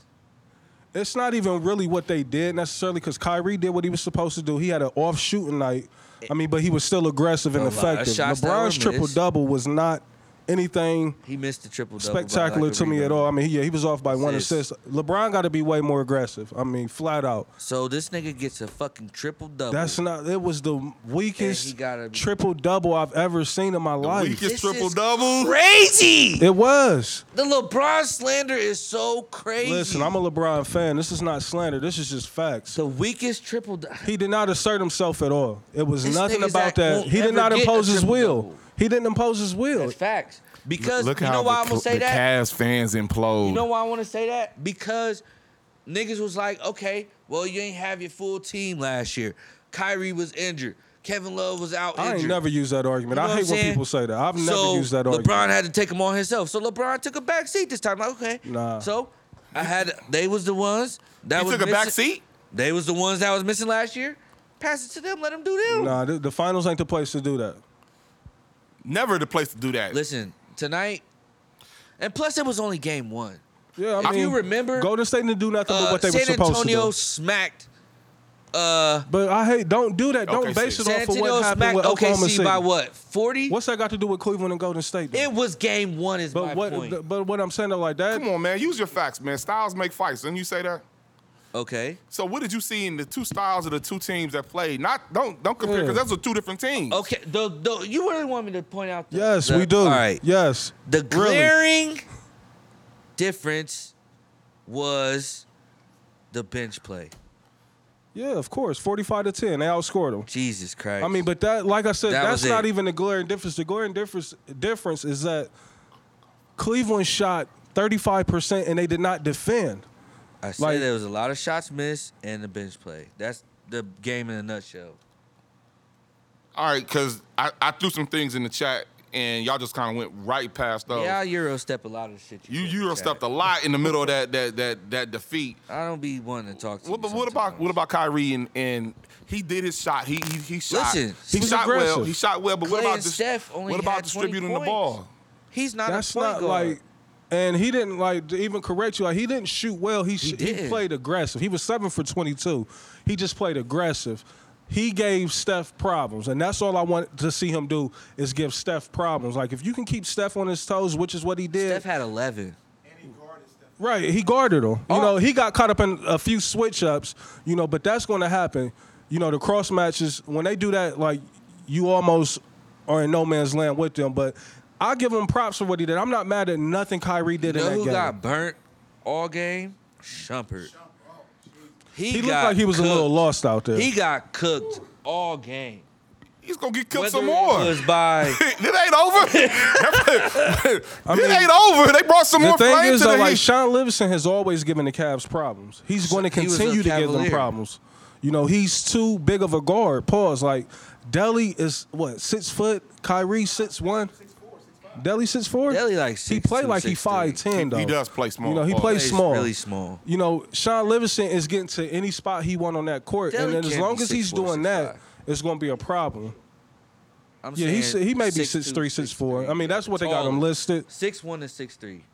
Speaker 3: it's not even really what they did necessarily because Kyrie did what he was supposed to do. He had an off shooting night. I mean, but he was still aggressive and
Speaker 2: A lot of
Speaker 3: effective.
Speaker 2: shots that
Speaker 3: LeBron's
Speaker 2: were missed.
Speaker 3: triple double was not anything
Speaker 2: He missed the triple double.
Speaker 3: spectacular to me at all. I mean, he- yeah, he was off by one
Speaker 2: Assist.
Speaker 3: assist. LeBron got to be way more aggressive. I mean, flat out.
Speaker 2: So this nigga gets a fucking triple double.
Speaker 3: That's not. It was the weakest
Speaker 2: gotta be-
Speaker 3: triple double I've ever seen in my life.
Speaker 1: Weakest
Speaker 2: This
Speaker 1: triple
Speaker 2: is
Speaker 1: double.
Speaker 2: crazy.
Speaker 3: It was.
Speaker 2: The LeBron slander is so crazy.
Speaker 3: Listen, I'm a LeBron fan. This is not slander. This is just facts.
Speaker 2: the weakest triple. dou-
Speaker 3: He did not assert himself at all. It was
Speaker 2: This
Speaker 3: nothing
Speaker 2: nigga's
Speaker 3: about
Speaker 2: act
Speaker 3: that.
Speaker 2: won't
Speaker 3: He did
Speaker 2: ever
Speaker 3: not
Speaker 2: get a
Speaker 3: impose his will.
Speaker 2: triple-double.
Speaker 3: He didn't impose his will.
Speaker 2: That's facts. Because you know why I'm gonna say that.
Speaker 1: Cavs fans implode.
Speaker 2: You know why I want to say that? Because niggas was like, okay, well, you ain't have your full team last year. Kyrie was injured. Kevin Love was out
Speaker 3: I
Speaker 2: injured.
Speaker 3: ain't never used that argument.
Speaker 2: You know what
Speaker 3: I hate
Speaker 2: I'm
Speaker 3: when
Speaker 2: saying?
Speaker 3: people say that. I've never
Speaker 2: So,
Speaker 3: used that
Speaker 2: LeBron
Speaker 3: argument.
Speaker 2: had to take him on himself. So LeBron took a back seat this time. Like, okay.
Speaker 3: Nah.
Speaker 2: So I had they was the ones that
Speaker 1: He
Speaker 2: was
Speaker 1: took a
Speaker 2: missing-
Speaker 1: back seat.
Speaker 2: They was the ones that was missing last year. Pass it to them. Let them do them.
Speaker 3: Nah, the, the finals ain't the place to do that.
Speaker 1: Never the place to do that.
Speaker 2: Listen, tonight, and plus it was only game one.
Speaker 3: Yeah, I
Speaker 2: If
Speaker 3: mean,
Speaker 2: you remember,
Speaker 3: Golden State didn't do nothing but
Speaker 2: Uh,
Speaker 3: what they
Speaker 2: San
Speaker 3: were supposed
Speaker 2: Antonio
Speaker 3: to do.
Speaker 2: smacked. Uh,
Speaker 3: But I hate. Don't do that. Don't
Speaker 1: OKC.
Speaker 3: base it
Speaker 2: San
Speaker 3: off of
Speaker 2: Antonio
Speaker 3: what happened
Speaker 2: smacked
Speaker 3: with Oklahoma
Speaker 2: OKC
Speaker 3: City.
Speaker 2: by what? Forty.
Speaker 3: What's that got to do with Cleveland and Golden State? though?
Speaker 2: It was game one. Is my
Speaker 3: but what?
Speaker 2: point.
Speaker 3: But what I'm saying though, like that.
Speaker 1: Come on, man. Use your facts, man. Styles make fights. Didn't you say that?
Speaker 2: okay.
Speaker 1: So what did you see in the two styles of the two teams that played? Not don't don't compare because
Speaker 3: Yeah.
Speaker 1: those are two different teams.
Speaker 2: Okay. The, the, you really want me to point out? The,
Speaker 3: Yes,
Speaker 2: the-
Speaker 3: we do.
Speaker 2: All right.
Speaker 3: Yes.
Speaker 2: The
Speaker 3: Really.
Speaker 2: glaring difference was the bench play.
Speaker 3: Yeah, of course. 45 to 10. They outscored them.
Speaker 2: Jesus Christ.
Speaker 3: I mean, but that, like I said,
Speaker 2: That
Speaker 3: that's
Speaker 2: was
Speaker 3: not
Speaker 2: it.
Speaker 3: even the glaring difference. The glaring difference difference is that Cleveland shot 35% and they did not defend.
Speaker 2: I said
Speaker 3: like-
Speaker 2: there was a lot of shots missed and the bench play. That's the game in a nutshell.
Speaker 1: All right, because I, I threw some things in the chat and y'all just kind of went right past
Speaker 3: Oh.
Speaker 1: those.
Speaker 2: Yeah, I Euro step a lot of shit.
Speaker 1: you
Speaker 2: put in the
Speaker 1: you
Speaker 2: chat.
Speaker 1: stepped a lot in the middle of that that that that defeat.
Speaker 2: I don't be wanting to talk to.
Speaker 1: What,
Speaker 2: you
Speaker 1: but what
Speaker 2: sometimes.
Speaker 1: about what about Kyrie and, and he did his shot. He he, he shot.
Speaker 2: Listen,
Speaker 1: he
Speaker 3: He's
Speaker 1: shot well.
Speaker 3: aggressive.
Speaker 1: He shot well. But
Speaker 2: Clay
Speaker 1: what about
Speaker 2: and
Speaker 1: dis-
Speaker 2: Steph only
Speaker 1: what about
Speaker 2: had 20
Speaker 1: distributing the
Speaker 2: points.
Speaker 1: ball?
Speaker 2: He's not
Speaker 3: That's
Speaker 2: a point
Speaker 3: not
Speaker 2: guard.
Speaker 3: like. And he didn't like to even correct you. Like he didn't shoot well. He sh- he
Speaker 2: did.
Speaker 3: played aggressive. He was seven for twenty two. He just played aggressive. He gave Steph problems, and that's all I want to see him do is give Steph problems. Like if you can keep Steph on his toes, which is what he did.
Speaker 2: Steph had 11.
Speaker 3: Right, he guarded him. You
Speaker 2: Oh.
Speaker 3: know, he got caught up in a few switch ups. You know, but that's going to happen. You know, the cross matches when they do that, like you almost are in no man's land with them. But I give him props for what he did. I'm not mad at nothing Kyrie
Speaker 2: You
Speaker 3: did
Speaker 2: know
Speaker 3: in that
Speaker 2: who
Speaker 3: game.
Speaker 2: got burnt all game? Shumpert.
Speaker 3: he looked
Speaker 2: got
Speaker 3: like he was a little
Speaker 2: cooked.
Speaker 3: lost out there.
Speaker 2: He got cooked all game.
Speaker 1: He's gonna get killed
Speaker 2: Whether
Speaker 1: some
Speaker 2: it
Speaker 1: more.
Speaker 2: was
Speaker 3: (laughs)
Speaker 2: by
Speaker 1: (laughs) it ain't
Speaker 2: (laughs)
Speaker 1: (laughs) over.
Speaker 3: mean,
Speaker 1: it ain't over. They brought some
Speaker 3: the
Speaker 1: more
Speaker 3: thing
Speaker 1: flame
Speaker 3: is,
Speaker 1: to
Speaker 3: though,
Speaker 1: the
Speaker 3: like
Speaker 1: heat.
Speaker 3: Sean Livingston has always given the Cavs problems. He's going to
Speaker 2: He was a
Speaker 3: continue to give them
Speaker 2: Cavalier.
Speaker 3: problems. You know, he's too big of a guard. Pause. Like, Delly is what six foot. Kyrie six one. Delly six four.
Speaker 2: Delly, like,
Speaker 3: he
Speaker 2: 6'2",
Speaker 3: played like he
Speaker 2: 6'3".
Speaker 3: five ten
Speaker 1: He-
Speaker 3: though.
Speaker 1: he does play small.
Speaker 3: You know, he
Speaker 1: Pause.
Speaker 3: plays
Speaker 2: He's
Speaker 3: small.
Speaker 2: really small.
Speaker 3: You know, Sean Livingston is getting to any spot he want on that court,
Speaker 2: Delly
Speaker 3: and then as
Speaker 2: can't
Speaker 3: long
Speaker 2: be
Speaker 3: as he's
Speaker 2: 6'4",
Speaker 3: doing that,
Speaker 2: 6'5".
Speaker 3: it's going to be a problem.
Speaker 2: I'm
Speaker 3: Yeah, he
Speaker 2: saying
Speaker 3: he may be
Speaker 2: 6'2",
Speaker 3: six three, six four.
Speaker 2: 6'3".
Speaker 3: I mean, that's what they got
Speaker 2: Tall.
Speaker 3: him listed.
Speaker 2: Six one and six three.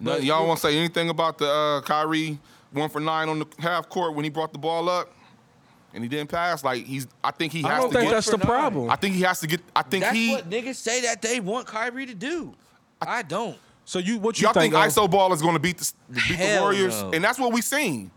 Speaker 1: No, y'all want to say anything about the uh, Kyrie one for nine on the half court when he brought the ball up and he didn't pass? Like he's, I think he
Speaker 3: I
Speaker 1: has
Speaker 3: don't
Speaker 1: to
Speaker 3: think
Speaker 1: get.
Speaker 3: that's
Speaker 2: for
Speaker 3: the
Speaker 2: nine.
Speaker 3: problem.
Speaker 1: I think he has to get. I think
Speaker 2: That's
Speaker 1: he.
Speaker 2: what niggas say that they want Kyrie to do. I don't.
Speaker 3: So you what you
Speaker 1: y'all think,
Speaker 3: uh,
Speaker 1: ISO ball is going to beat the beat the
Speaker 2: Hell
Speaker 1: Warriors?
Speaker 2: no.
Speaker 1: And that's what we seen.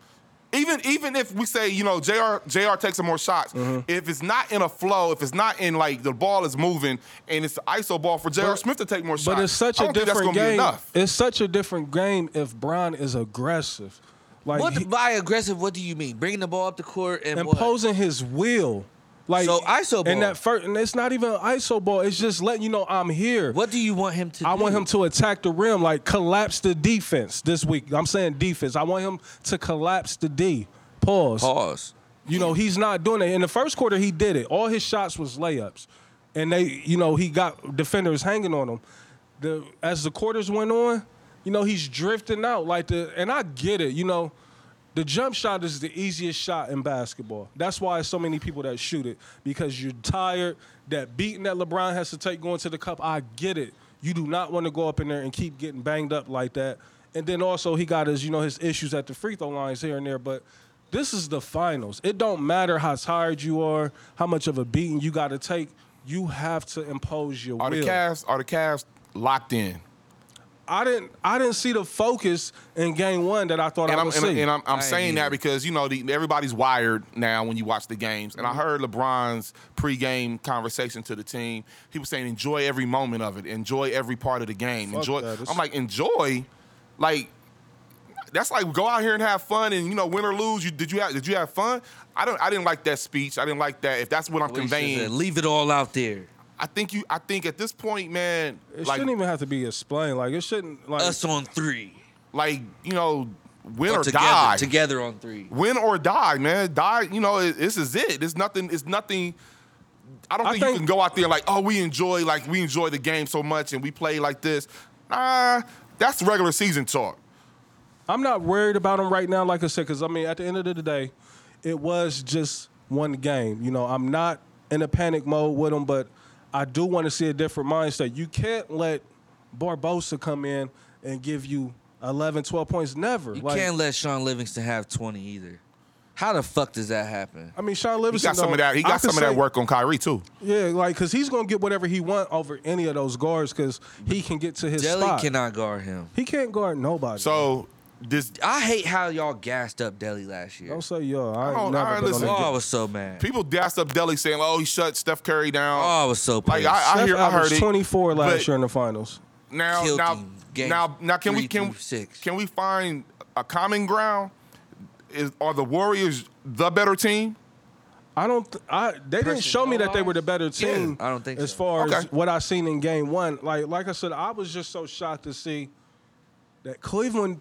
Speaker 1: Even even if we say you know Jr. Jr. takes some more shots,
Speaker 3: Mm-hmm.
Speaker 1: if it's not in a flow, if it's not in like the ball is moving and it's the ISO ball for Jr.
Speaker 3: But-
Speaker 1: Smith to take more shots,
Speaker 3: But it's such
Speaker 1: I
Speaker 3: a
Speaker 1: don't think that's
Speaker 3: different
Speaker 1: gonna Be
Speaker 3: game.
Speaker 1: enough.
Speaker 3: It's such a different game if Bron is aggressive, like
Speaker 2: What
Speaker 3: he-
Speaker 2: by aggressive? What do you mean? Bringing the ball up the court and what?
Speaker 3: imposing his will. Like
Speaker 2: So, iso ball.
Speaker 3: and that first, and it's not even an iso ball. It's just letting you know I'm here.
Speaker 2: What do you want him to?
Speaker 3: I
Speaker 2: do?
Speaker 3: want him to attack the rim, like collapse the defense this week. I'm saying defense. I want him to collapse the D. Pause.
Speaker 2: pause.
Speaker 3: You know he's not doing it. In the first quarter, he did it. All his shots was layups, and they, you know, he got defenders hanging on him. The as the quarters went on, you know, he's drifting out like the. And I get it. You know, The jump shot is the easiest shot in basketball. That's why so many people that shoot it because you're tired. That beating that LeBron has to take going to the cup, I get it. You do not want to go up in there and keep getting banged up like that. And then also he got his, you know, his issues at the free throw lines here and there. But this is the finals. It don't matter how tired you are, how much of a beating you got to take. You have to impose your
Speaker 1: Are
Speaker 3: will.
Speaker 1: the Cavs are the Cavs locked in?
Speaker 3: I didn't I didn't see the focus in game one that I thought
Speaker 1: And
Speaker 3: I
Speaker 1: I'm
Speaker 3: would
Speaker 1: and,
Speaker 3: see.
Speaker 1: and I'm, I'm
Speaker 2: I
Speaker 1: saying
Speaker 2: ain't
Speaker 1: that
Speaker 2: either.
Speaker 1: because you know the, everybody's wired now when you watch the games.
Speaker 2: Mm-hmm.
Speaker 1: And I heard LeBron's pregame conversation to the team. He was saying, "Enjoy every moment of it. Enjoy every part of the game.
Speaker 3: Fuck
Speaker 1: enjoy."
Speaker 3: that. It's-
Speaker 1: I'm like, "Enjoy," like that's like go out here and have fun. And you know, win or lose, you did you have did you have fun? I don't. I didn't like that speech. I didn't like that. If that's what I'm
Speaker 2: What he
Speaker 1: conveying,
Speaker 2: said, Leave it all out there.
Speaker 1: I think you. I think at this point, man,
Speaker 3: it
Speaker 1: like
Speaker 3: shouldn't even have to be explained. Like it shouldn't like
Speaker 2: Us on three.
Speaker 1: like you know, win or,
Speaker 2: together,
Speaker 1: die.
Speaker 2: together on three.
Speaker 1: win or die, man. Die, you know, it, this is it. It's nothing. It's nothing. I don't
Speaker 3: I
Speaker 1: think, you
Speaker 3: think-
Speaker 1: can go out there like, oh, we enjoy like we enjoy the game so much and we play like this. Nah, that's regular season talk.
Speaker 3: I'm not worried about him right now, like I said, because I mean, at the end of the day, it was just one game. You know, I'm not in a panic mode with him, but I do want to see a different mindset. You can't let Barbosa come in and give you 11, 12 points. Never.
Speaker 2: You
Speaker 3: Like,
Speaker 2: can't let Sean Livingston have 20 either. How the fuck does that happen?
Speaker 3: I mean, Sean
Speaker 1: He
Speaker 3: Livingston
Speaker 1: got some
Speaker 3: don't-
Speaker 1: of that. He
Speaker 3: I
Speaker 1: got
Speaker 3: could
Speaker 1: some of that
Speaker 3: say-
Speaker 1: work on Kyrie too.
Speaker 3: Yeah, like because he's gonna get whatever he want over any of those guards because he can get to his
Speaker 2: Jelly
Speaker 3: spot.
Speaker 2: cannot guard him.
Speaker 3: he can't guard nobody.
Speaker 1: So this
Speaker 2: I hate how y'all gassed up Deli last year.
Speaker 3: don't say yo. I ain't
Speaker 1: I don't-
Speaker 3: never
Speaker 1: I
Speaker 3: been
Speaker 1: listen-
Speaker 3: on that.
Speaker 2: Oh, I was so mad.
Speaker 1: people dashed up Deli saying, "Oh, he shut Steph Curry down."
Speaker 2: Oh, I was so pissed.
Speaker 1: Like, I-
Speaker 3: Steph
Speaker 1: hear- I heard
Speaker 3: averaged
Speaker 1: it,
Speaker 3: 24 last
Speaker 1: but-
Speaker 3: year in the finals.
Speaker 1: now
Speaker 2: Killed
Speaker 1: now
Speaker 2: him. Game
Speaker 1: now now can we
Speaker 2: three
Speaker 1: can
Speaker 2: through six.
Speaker 1: can we find a common ground? Is are the Warriors the better team?
Speaker 3: I don't. Th- I they didn't show me that they were the better team.
Speaker 2: I don't think
Speaker 3: as
Speaker 2: so.
Speaker 3: far as
Speaker 1: Okay.
Speaker 3: what I seen in game one. Like like I said, I was just so shocked to see that Cleveland.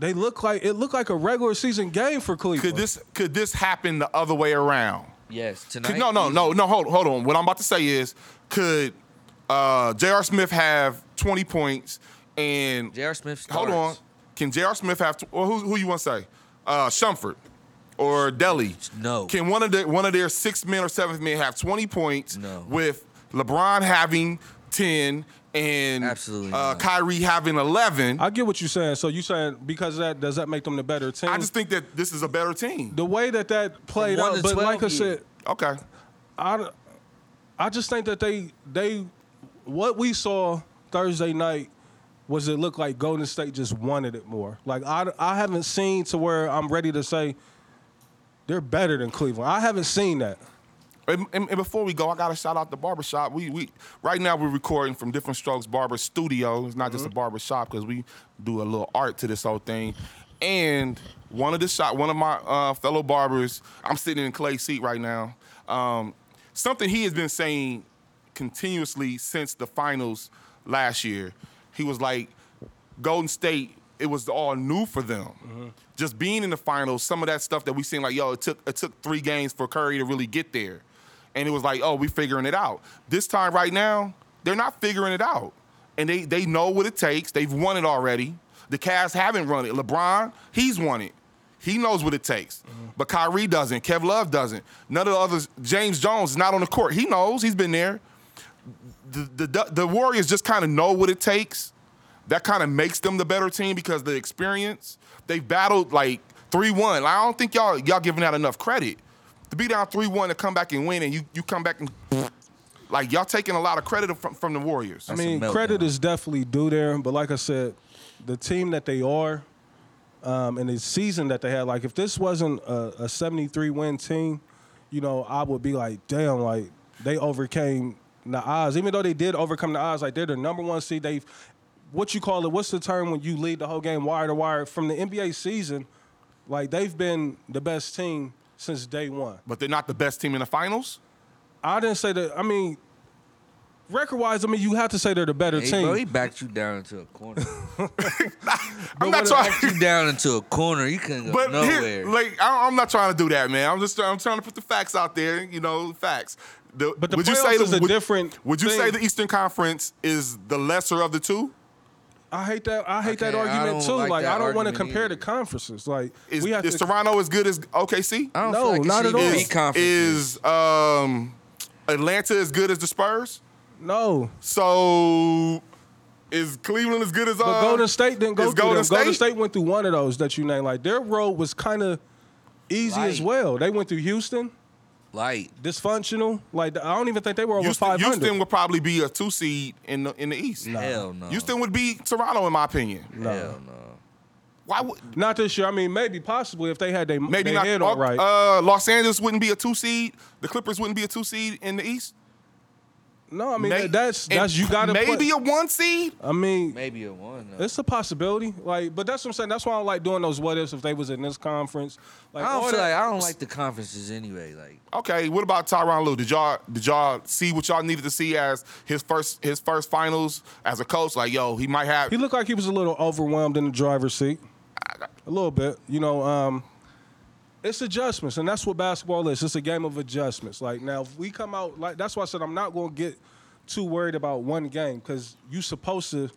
Speaker 3: They look like it looked like a regular season game for Cleveland.
Speaker 1: Could this could this happen the other way around?
Speaker 2: yes, tonight.
Speaker 1: Could- no, no, no, no. Hold, hold on. What I'm about to say is, could uh, J.R. Smith have 20 points and
Speaker 2: J.R. Smith starts.
Speaker 1: hold on? Can J.R. Smith have? Tw- or who, who you want to say? Uh, Shumford or Deli?
Speaker 2: No.
Speaker 1: Can one of the one of their sixth men or seventh men have 20 points?
Speaker 2: No.
Speaker 1: With LeBron having 10 and
Speaker 2: Absolutely
Speaker 1: uh,
Speaker 2: not.
Speaker 1: Kyrie having 11. I,
Speaker 3: I get what you're saying. So you saying because of that does that make them the better team?
Speaker 1: just think that this is a better team.
Speaker 3: the way that that played
Speaker 2: one
Speaker 3: out.
Speaker 2: to
Speaker 3: But like I
Speaker 2: 12, yeah.
Speaker 3: said,
Speaker 1: Okay.
Speaker 3: I, I just think that they they what we saw Thursday night was it looked like Golden State just wanted it more. Like I I haven't seen to where I'm ready to say they're better than Cleveland. I haven't seen that.
Speaker 1: And, and- and before we go, I gotta shout out the barbershop. We we right now we're recording from Different Strokes Barber Studio. It's not just a barber shop because we do a little art to this whole thing. And one of the shop, one of my uh, fellow barbers, I'm sitting in Clay's seat right now. Um, something he has been saying continuously since the finals last year. He was like, Golden State, it was all new for them. Just being in the finals, some of that stuff that we seen, like yo, it took it took three games for Curry to really get there, and it was like, oh, we figuring it out. This time, right now, they're not figuring it out, and they they know what it takes. They've won it already. The Cavs haven't run it. LeBron, he's won it. He knows what it takes. But Kyrie doesn't. Kev Love doesn't. None of the others. James Jones is not on the court. He knows. He's been there the, the, the Warriors just kind of know what it takes. That kind of makes them the better team because the experience. They've battled like 3 1. I don't think y'all y'all giving out enough credit. To be down 3 1 to come back and win, and you, you come back and like y'all taking a lot of credit from, from the Warriors.
Speaker 3: I
Speaker 2: That's a
Speaker 3: mean, credit
Speaker 2: meltdown.
Speaker 3: is definitely due there, but like I said, the team that they are um, and the season that they had, like if this wasn't a, a 73 win team, you know, I would be like, damn, like they overcame the odds. Even though they did overcome the odds, like they're the number one seed. They've, what you call it, what's the term when you lead the whole game wire to wire from the NBA season? Like they've been the best team since day one.
Speaker 1: but they're not the best team in the finals.
Speaker 3: I didn't say that, I mean, record wise, I mean, you have to say they're the better
Speaker 2: Hey,
Speaker 3: team.
Speaker 2: bro, he backed you down into a
Speaker 3: (laughs)
Speaker 2: corner.
Speaker 1: I'm not
Speaker 3: what
Speaker 1: trying.
Speaker 2: backed you down into a corner. You couldn't
Speaker 1: (laughs)
Speaker 2: go
Speaker 1: But
Speaker 2: nowhere.
Speaker 1: here, like I, I'm not trying to do that, man. I'm just I'm trying to put the facts out there. You know, facts. The,
Speaker 3: But the playoffs is a different
Speaker 1: Would you say
Speaker 3: thing.
Speaker 1: the Eastern Conference is the lesser of the two?
Speaker 3: I hate that. I hate that
Speaker 2: can't- I don't
Speaker 3: argument too.
Speaker 2: like
Speaker 3: Like,
Speaker 2: that
Speaker 3: I don't want to
Speaker 2: argument
Speaker 3: compare
Speaker 2: either.
Speaker 3: the conferences. Like
Speaker 1: Is,
Speaker 3: we have
Speaker 1: is
Speaker 3: to.
Speaker 1: Toronto as good as OKC?
Speaker 2: I don't
Speaker 3: No,
Speaker 2: feel like
Speaker 3: not
Speaker 2: it should
Speaker 3: at
Speaker 2: even
Speaker 3: all.
Speaker 2: be conferences.
Speaker 1: Is um, Atlanta as good as the Spurs?
Speaker 3: No,
Speaker 1: So is Cleveland as good as
Speaker 3: but
Speaker 1: uh,
Speaker 3: Golden State didn't go
Speaker 1: is
Speaker 3: through
Speaker 1: Golden
Speaker 3: them. Golden
Speaker 1: State?
Speaker 3: State went through one of those that you named. Like their road was kind of easy as
Speaker 2: Light.
Speaker 3: well. They went through Houston,
Speaker 2: Light.
Speaker 3: dysfunctional. Like I don't even think they were over
Speaker 1: Houston,
Speaker 3: five
Speaker 1: Houston
Speaker 3: hundred.
Speaker 1: would probably be a two seed in the in the East.
Speaker 2: Hell no.
Speaker 1: Houston would be Toronto in my opinion.
Speaker 2: Hell no.
Speaker 1: Why would
Speaker 3: Not this year. I mean, maybe possibly if they had their
Speaker 1: maybe
Speaker 3: maybe
Speaker 1: not?
Speaker 3: head
Speaker 1: uh,
Speaker 3: on right.
Speaker 1: Uh, Los Angeles wouldn't be a two seed. The Clippers wouldn't be a two seed in the East.
Speaker 3: no, I mean
Speaker 1: May-
Speaker 3: that- that's
Speaker 1: and
Speaker 3: that's you got to
Speaker 1: maybe a one seed.
Speaker 3: I mean,
Speaker 2: Maybe a one. though.
Speaker 3: It's a possibility, like, but that's what I'm saying. That's why I don't like doing those what ifs if they was in this conference. Like,
Speaker 2: I
Speaker 3: all
Speaker 2: don't feel
Speaker 3: that-
Speaker 2: like I don't like the conferences anyway. Like
Speaker 1: Okay, what about Tyronn Lue? Did y'all did y'all see what y'all needed to see as his first his first finals as a coach? Like, yo, he might have
Speaker 3: He looked like he was a little overwhelmed in the driver's seat, a little bit. You know, um, it's adjustments, and that's what basketball is. It's a game of adjustments. Like now, if we come out like that's why I said I'm not going to get too worried about one game because you supposed to.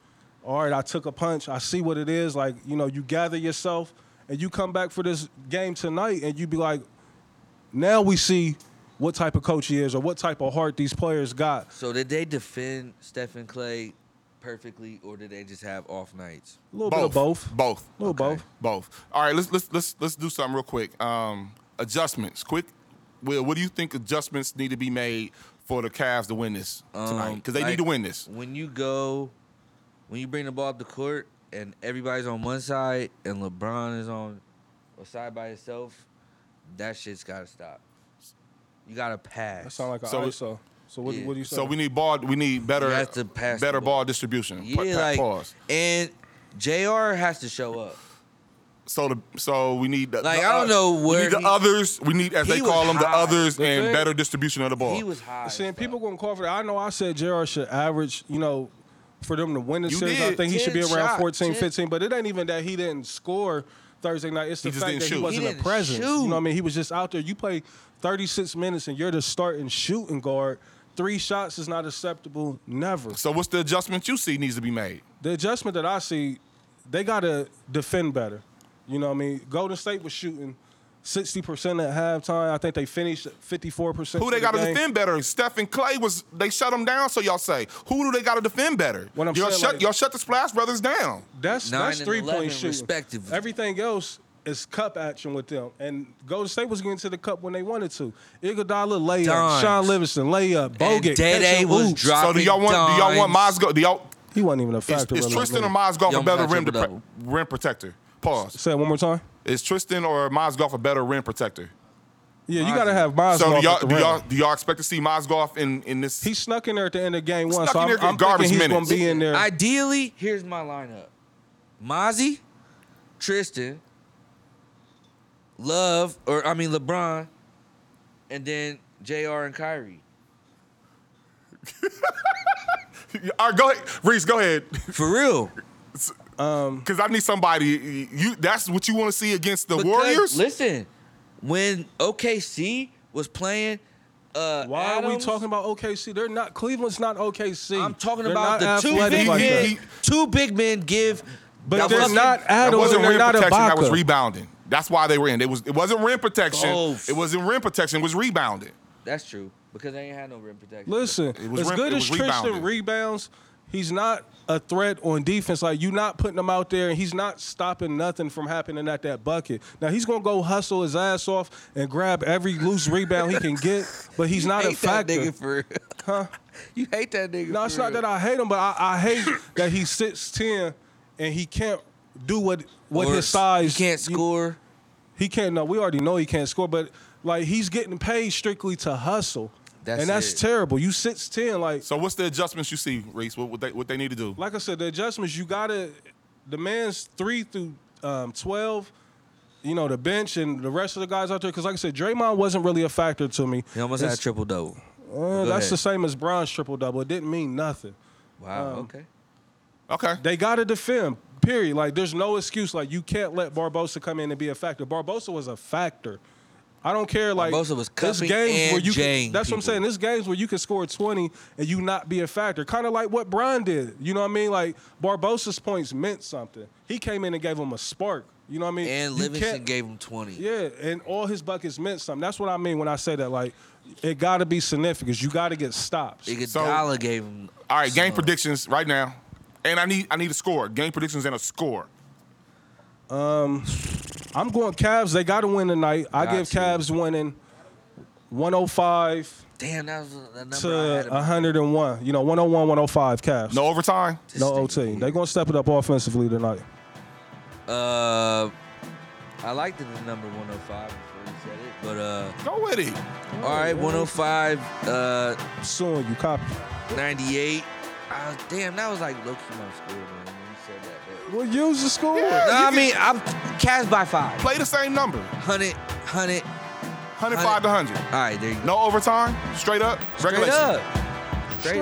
Speaker 3: All right, I took a punch. I see what it is. Like you know, you gather yourself and you come back for this game tonight, and you be like, now we see what type of coach he is or what type of heart these players got.
Speaker 2: so did they defend Stephen Clay perfectly or did they just have off nights?
Speaker 3: A little bit of both.
Speaker 1: both,
Speaker 3: A little
Speaker 2: Okay.
Speaker 3: both.
Speaker 1: both. All right, let's let's let's let's do something real quick. Um, adjustments, quick. Will, what do you think adjustments need to be made for the Cavs to win this tonight?
Speaker 2: Um,
Speaker 1: Because they need
Speaker 2: like,
Speaker 1: to win this.
Speaker 2: When you go, when you bring the ball up the court and everybody's on one side and LeBron is on a side by himself, that shit's gotta stop. You gotta pass.
Speaker 3: That sound like an
Speaker 1: So-
Speaker 3: ISO. So what,
Speaker 2: Yeah.
Speaker 3: what do you say?
Speaker 1: So we need ball. We need better
Speaker 2: You have to pass the
Speaker 1: better
Speaker 2: ball.
Speaker 1: ball distribution. Pa-
Speaker 2: yeah,
Speaker 1: pa-
Speaker 2: like
Speaker 1: pause.
Speaker 2: and Jr. has to show up.
Speaker 1: So the so we need the,
Speaker 2: Like,
Speaker 1: the,
Speaker 2: I don't
Speaker 1: uh,
Speaker 2: know
Speaker 1: we
Speaker 2: where
Speaker 1: need the
Speaker 2: he-
Speaker 1: others. We need as
Speaker 2: He
Speaker 1: they
Speaker 2: was
Speaker 1: call them the
Speaker 2: high.
Speaker 1: others
Speaker 3: The
Speaker 1: and
Speaker 3: thing-
Speaker 1: better distribution of the ball.
Speaker 2: He was high.
Speaker 3: Seeing
Speaker 2: as fuck.
Speaker 3: people going to call for that. I know I said JR should average, you know, for them to win the
Speaker 1: You
Speaker 3: series. I
Speaker 1: did.
Speaker 3: think he should be
Speaker 2: 10
Speaker 3: around
Speaker 2: shot,
Speaker 3: 14,
Speaker 2: 10.
Speaker 3: 15. But it ain't even that he didn't score Thursday night. It's the
Speaker 1: He just
Speaker 3: fact
Speaker 1: didn't
Speaker 3: that
Speaker 1: shoot.
Speaker 3: he wasn't
Speaker 2: He
Speaker 3: a
Speaker 2: didn't
Speaker 3: presence. You know
Speaker 2: shoot.
Speaker 3: what I mean? He was just out there. You play 36 minutes and you're the starting shooting guard. Three shots is not acceptable, never.
Speaker 1: so what's the adjustment you see needs to be made?
Speaker 3: The adjustment that I see, they got to defend better. You know what I mean? Golden State was shooting 60% at halftime. I think they finished at 54%.
Speaker 1: Who
Speaker 3: for
Speaker 1: they
Speaker 3: the
Speaker 1: got to
Speaker 3: game.
Speaker 1: defend better? Steph and Clay was they shut them down. So y'all say who do they got to defend better?
Speaker 3: What I'm
Speaker 1: y'all
Speaker 3: saying,
Speaker 1: shut
Speaker 3: like-
Speaker 1: y'all shut the Splash Brothers down.
Speaker 3: That's
Speaker 2: Nine
Speaker 3: that's
Speaker 2: and
Speaker 3: three point
Speaker 2: 11
Speaker 3: shooting.
Speaker 2: respectively.
Speaker 3: Everything else is cup action with them. And Golden State was getting to the cup when they wanted to. Iguodala layup,
Speaker 2: Dimes.
Speaker 3: Sean Livingston layup,
Speaker 2: And
Speaker 3: Bogut.
Speaker 2: Dede
Speaker 3: catch and
Speaker 2: was
Speaker 3: oops.
Speaker 2: dropped.
Speaker 1: so do y'all want do y'all want
Speaker 2: dimes.
Speaker 1: Mozgov? Do y'all
Speaker 3: He wasn't even a
Speaker 1: is,
Speaker 3: factor.
Speaker 1: is
Speaker 3: really,
Speaker 1: Tristan or
Speaker 3: man.
Speaker 1: Mozgov a
Speaker 2: Young
Speaker 1: better
Speaker 2: Black
Speaker 1: rim,
Speaker 2: triple
Speaker 1: depre-
Speaker 2: double.
Speaker 1: rim protector? Pause.
Speaker 3: Say it one more time.
Speaker 1: Is Tristan or Mozgov a better rim protector?
Speaker 3: Yeah, you
Speaker 2: Mozgov.
Speaker 3: got to have Mozgov.
Speaker 1: So do y'all
Speaker 3: at the
Speaker 1: do
Speaker 3: rim.
Speaker 1: y'all do y'all expect to see Mozgov in in this?
Speaker 3: He snuck in there at the end of game one,
Speaker 1: Snuck
Speaker 3: so
Speaker 1: in
Speaker 3: I'm,
Speaker 1: there for
Speaker 3: I'm
Speaker 1: garbage
Speaker 3: thinking he's going
Speaker 1: minutes.
Speaker 3: to be in there.
Speaker 2: Ideally, here's my lineup: Mozzie, Tristan, Love, or I mean LeBron, and then Jr. and Kyrie.
Speaker 1: (laughs) All right, go ahead, Reese. Go ahead,
Speaker 2: For real,
Speaker 1: because I need somebody. You that's what you want to see against the
Speaker 2: Because,
Speaker 1: Warriors.
Speaker 2: Listen, when OKC was playing, uh,
Speaker 3: Why are we
Speaker 2: Adams,
Speaker 3: talking about OKC? They're not. Cleveland's not OKC.
Speaker 2: I'm talking
Speaker 3: They're
Speaker 2: about the
Speaker 3: not
Speaker 2: two
Speaker 3: athletic
Speaker 2: big
Speaker 3: like
Speaker 2: men.
Speaker 3: that.
Speaker 1: He-
Speaker 2: two big men give,
Speaker 3: But
Speaker 1: That
Speaker 3: they're
Speaker 1: wasn't-
Speaker 3: not
Speaker 1: That
Speaker 3: Adams.
Speaker 1: wasn't
Speaker 3: They're
Speaker 1: rim
Speaker 3: not
Speaker 1: protection. That was
Speaker 3: Ibaka.
Speaker 1: rebounding. That's why they were in. It was. It wasn't rim protection.
Speaker 2: Both.
Speaker 1: It wasn't rim protection. It was rebounding.
Speaker 2: That's true because they ain't had no rim protection.
Speaker 3: Listen,
Speaker 1: It was
Speaker 3: as
Speaker 1: rem-
Speaker 3: good
Speaker 1: it
Speaker 3: as
Speaker 1: was
Speaker 3: Tristan
Speaker 1: rebounded.
Speaker 3: rebounds, he's not a threat on defense. Like you're not putting him out there, and he's not stopping nothing from happening at that bucket. Now he's gonna go hustle his ass off and grab every loose rebound he can get, but he's not a
Speaker 2: hate that
Speaker 3: factor.
Speaker 2: nigga for real.
Speaker 3: Huh?
Speaker 2: (laughs) You hate that nigga.
Speaker 3: No,
Speaker 2: for
Speaker 3: it's not
Speaker 2: real.
Speaker 3: that I hate him, but I, I hate that he sits ten and he can't do what what
Speaker 2: Or
Speaker 3: his size
Speaker 2: He can't
Speaker 3: you-
Speaker 2: score.
Speaker 3: He can't. No, we already know he can't score, but like he's getting paid strictly to hustle,
Speaker 2: That's
Speaker 3: and that's
Speaker 2: it.
Speaker 3: terrible. You six ten, like
Speaker 1: So what's the adjustments you see, Reese? What, what they what they need to do?
Speaker 3: like I said, the adjustments you gotta. The man's three through um, twelve. You know the bench and the rest of the guys out there, because like I said, Draymond wasn't really a factor to me.
Speaker 2: He almost had a
Speaker 3: It's-
Speaker 2: triple double.
Speaker 3: uh, that's the same as Bron's triple double. It didn't mean nothing.
Speaker 2: Wow.
Speaker 3: Um,
Speaker 2: okay.
Speaker 1: Okay.
Speaker 3: They gotta defend. Period. Like there's no excuse. Like you can't let Barbosa come in and be a factor. Barbosa was a factor I don't care. Like
Speaker 2: most of us
Speaker 3: this
Speaker 2: cupping
Speaker 3: games
Speaker 2: and
Speaker 3: where you
Speaker 2: jang
Speaker 3: can, that's what I'm
Speaker 2: people.
Speaker 3: saying. This games where you can score 20 and you not be a factor. Kind of like what Brian did. You know what I mean? Like Barbosa's points meant something. He came in and gave him a spark. You know what I mean?
Speaker 2: And
Speaker 3: You
Speaker 2: Livingston
Speaker 3: can't-
Speaker 2: gave him 20.
Speaker 3: yeah, and all his buckets meant something. That's what I mean when I say that. Like, it got to be significant. You got to get stops.
Speaker 2: Iguodala gave him.
Speaker 1: All right, game
Speaker 2: some.
Speaker 1: predictions right now, and I need I need a score. Game predictions and a score.
Speaker 3: I'm going Cavs. They got to win tonight. I
Speaker 2: Got
Speaker 3: give
Speaker 2: to.
Speaker 3: Cavs winning 105
Speaker 2: Damn, that was the number I had.
Speaker 3: to
Speaker 2: in my-
Speaker 3: 101. You know, 101, 105 Cavs.
Speaker 1: No overtime.
Speaker 2: This
Speaker 3: no
Speaker 2: thing
Speaker 3: OT.
Speaker 2: here.
Speaker 3: They're going to step it up offensively tonight.
Speaker 2: Uh, I liked the number 105 before you said it, but uh,
Speaker 1: Go with it.
Speaker 3: Oh,
Speaker 2: all right, 105, uh,
Speaker 3: Soon, you copy.
Speaker 2: 98. Uh, damn, that was like low key my score, man. When you said that, but.
Speaker 3: Well, use the score.
Speaker 1: Yeah.
Speaker 2: No, I
Speaker 1: you
Speaker 2: mean I'm Cavs by five.
Speaker 1: Play the same number.
Speaker 2: 100, 100.
Speaker 1: 105 to 100.
Speaker 2: All right, there you go.
Speaker 1: No overtime. Straight up.
Speaker 2: Straight
Speaker 1: regulation.
Speaker 2: up. Straight,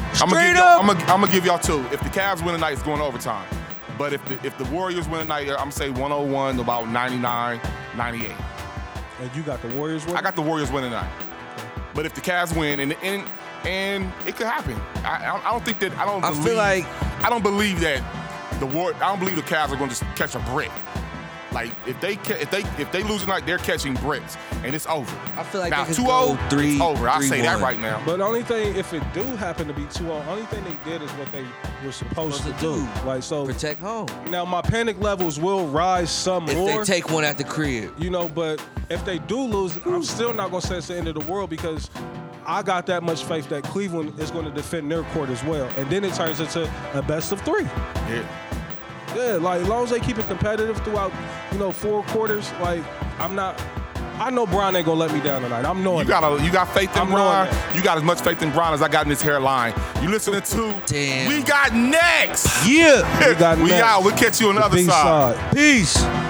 Speaker 1: I'm gonna
Speaker 2: Straight
Speaker 1: give y'all,
Speaker 2: up.
Speaker 1: I'm gonna, I'm gonna give y'all two. If the Cavs win tonight, it's going to overtime. But if the if the Warriors win tonight, I'm gonna say 101 about 99, 98.
Speaker 3: And you got the Warriors winning.
Speaker 1: I got the Warriors winning tonight. But if the Cavs win, and and and it could happen. I, I don't- I don't think that I don't.
Speaker 2: I feel
Speaker 1: believe,
Speaker 2: like-
Speaker 1: I don't believe that the war. I don't believe the Cavs are going to just catch a brick. Like if they ca- if they if they lose tonight, they're catching bricks, and it's over.
Speaker 2: I feel like
Speaker 1: now
Speaker 2: they could
Speaker 1: 2
Speaker 2: go
Speaker 1: 0
Speaker 2: three-
Speaker 1: it's over. I
Speaker 2: three,
Speaker 1: say that
Speaker 2: one.
Speaker 1: right now.
Speaker 3: But the only thing, if it do happen to be 2-0, only thing they did is what they were supposed,
Speaker 2: Supposed
Speaker 3: to
Speaker 2: to
Speaker 3: do.
Speaker 2: do.
Speaker 3: Like so,
Speaker 2: Protect home.
Speaker 3: now my panic levels will rise some
Speaker 2: If they
Speaker 3: more.
Speaker 2: take one at the crib,
Speaker 3: you know, but if they do lose,
Speaker 1: Hmm.
Speaker 3: I'm still not gonna say it's the end of the world because I got that much faith that Cleveland is gonna defend their court as well, and then it turns into a best of three.
Speaker 1: Yeah.
Speaker 3: Yeah, like as long as they keep it competitive throughout, you know, four quarters. Like I'm not, I know Brian ain't gonna let me down tonight. I'm knowing.
Speaker 1: You got a, you got faith in
Speaker 3: I'm
Speaker 1: Bron.
Speaker 3: knowing that.
Speaker 1: You got as much faith in Bron as I got in this hairline. You listening to?
Speaker 2: Damn.
Speaker 1: We got next.
Speaker 2: yeah.
Speaker 3: We Got
Speaker 1: (laughs) we
Speaker 3: Next.
Speaker 1: out. We'll catch you on the other
Speaker 3: B
Speaker 1: side.
Speaker 3: side.
Speaker 2: Peace.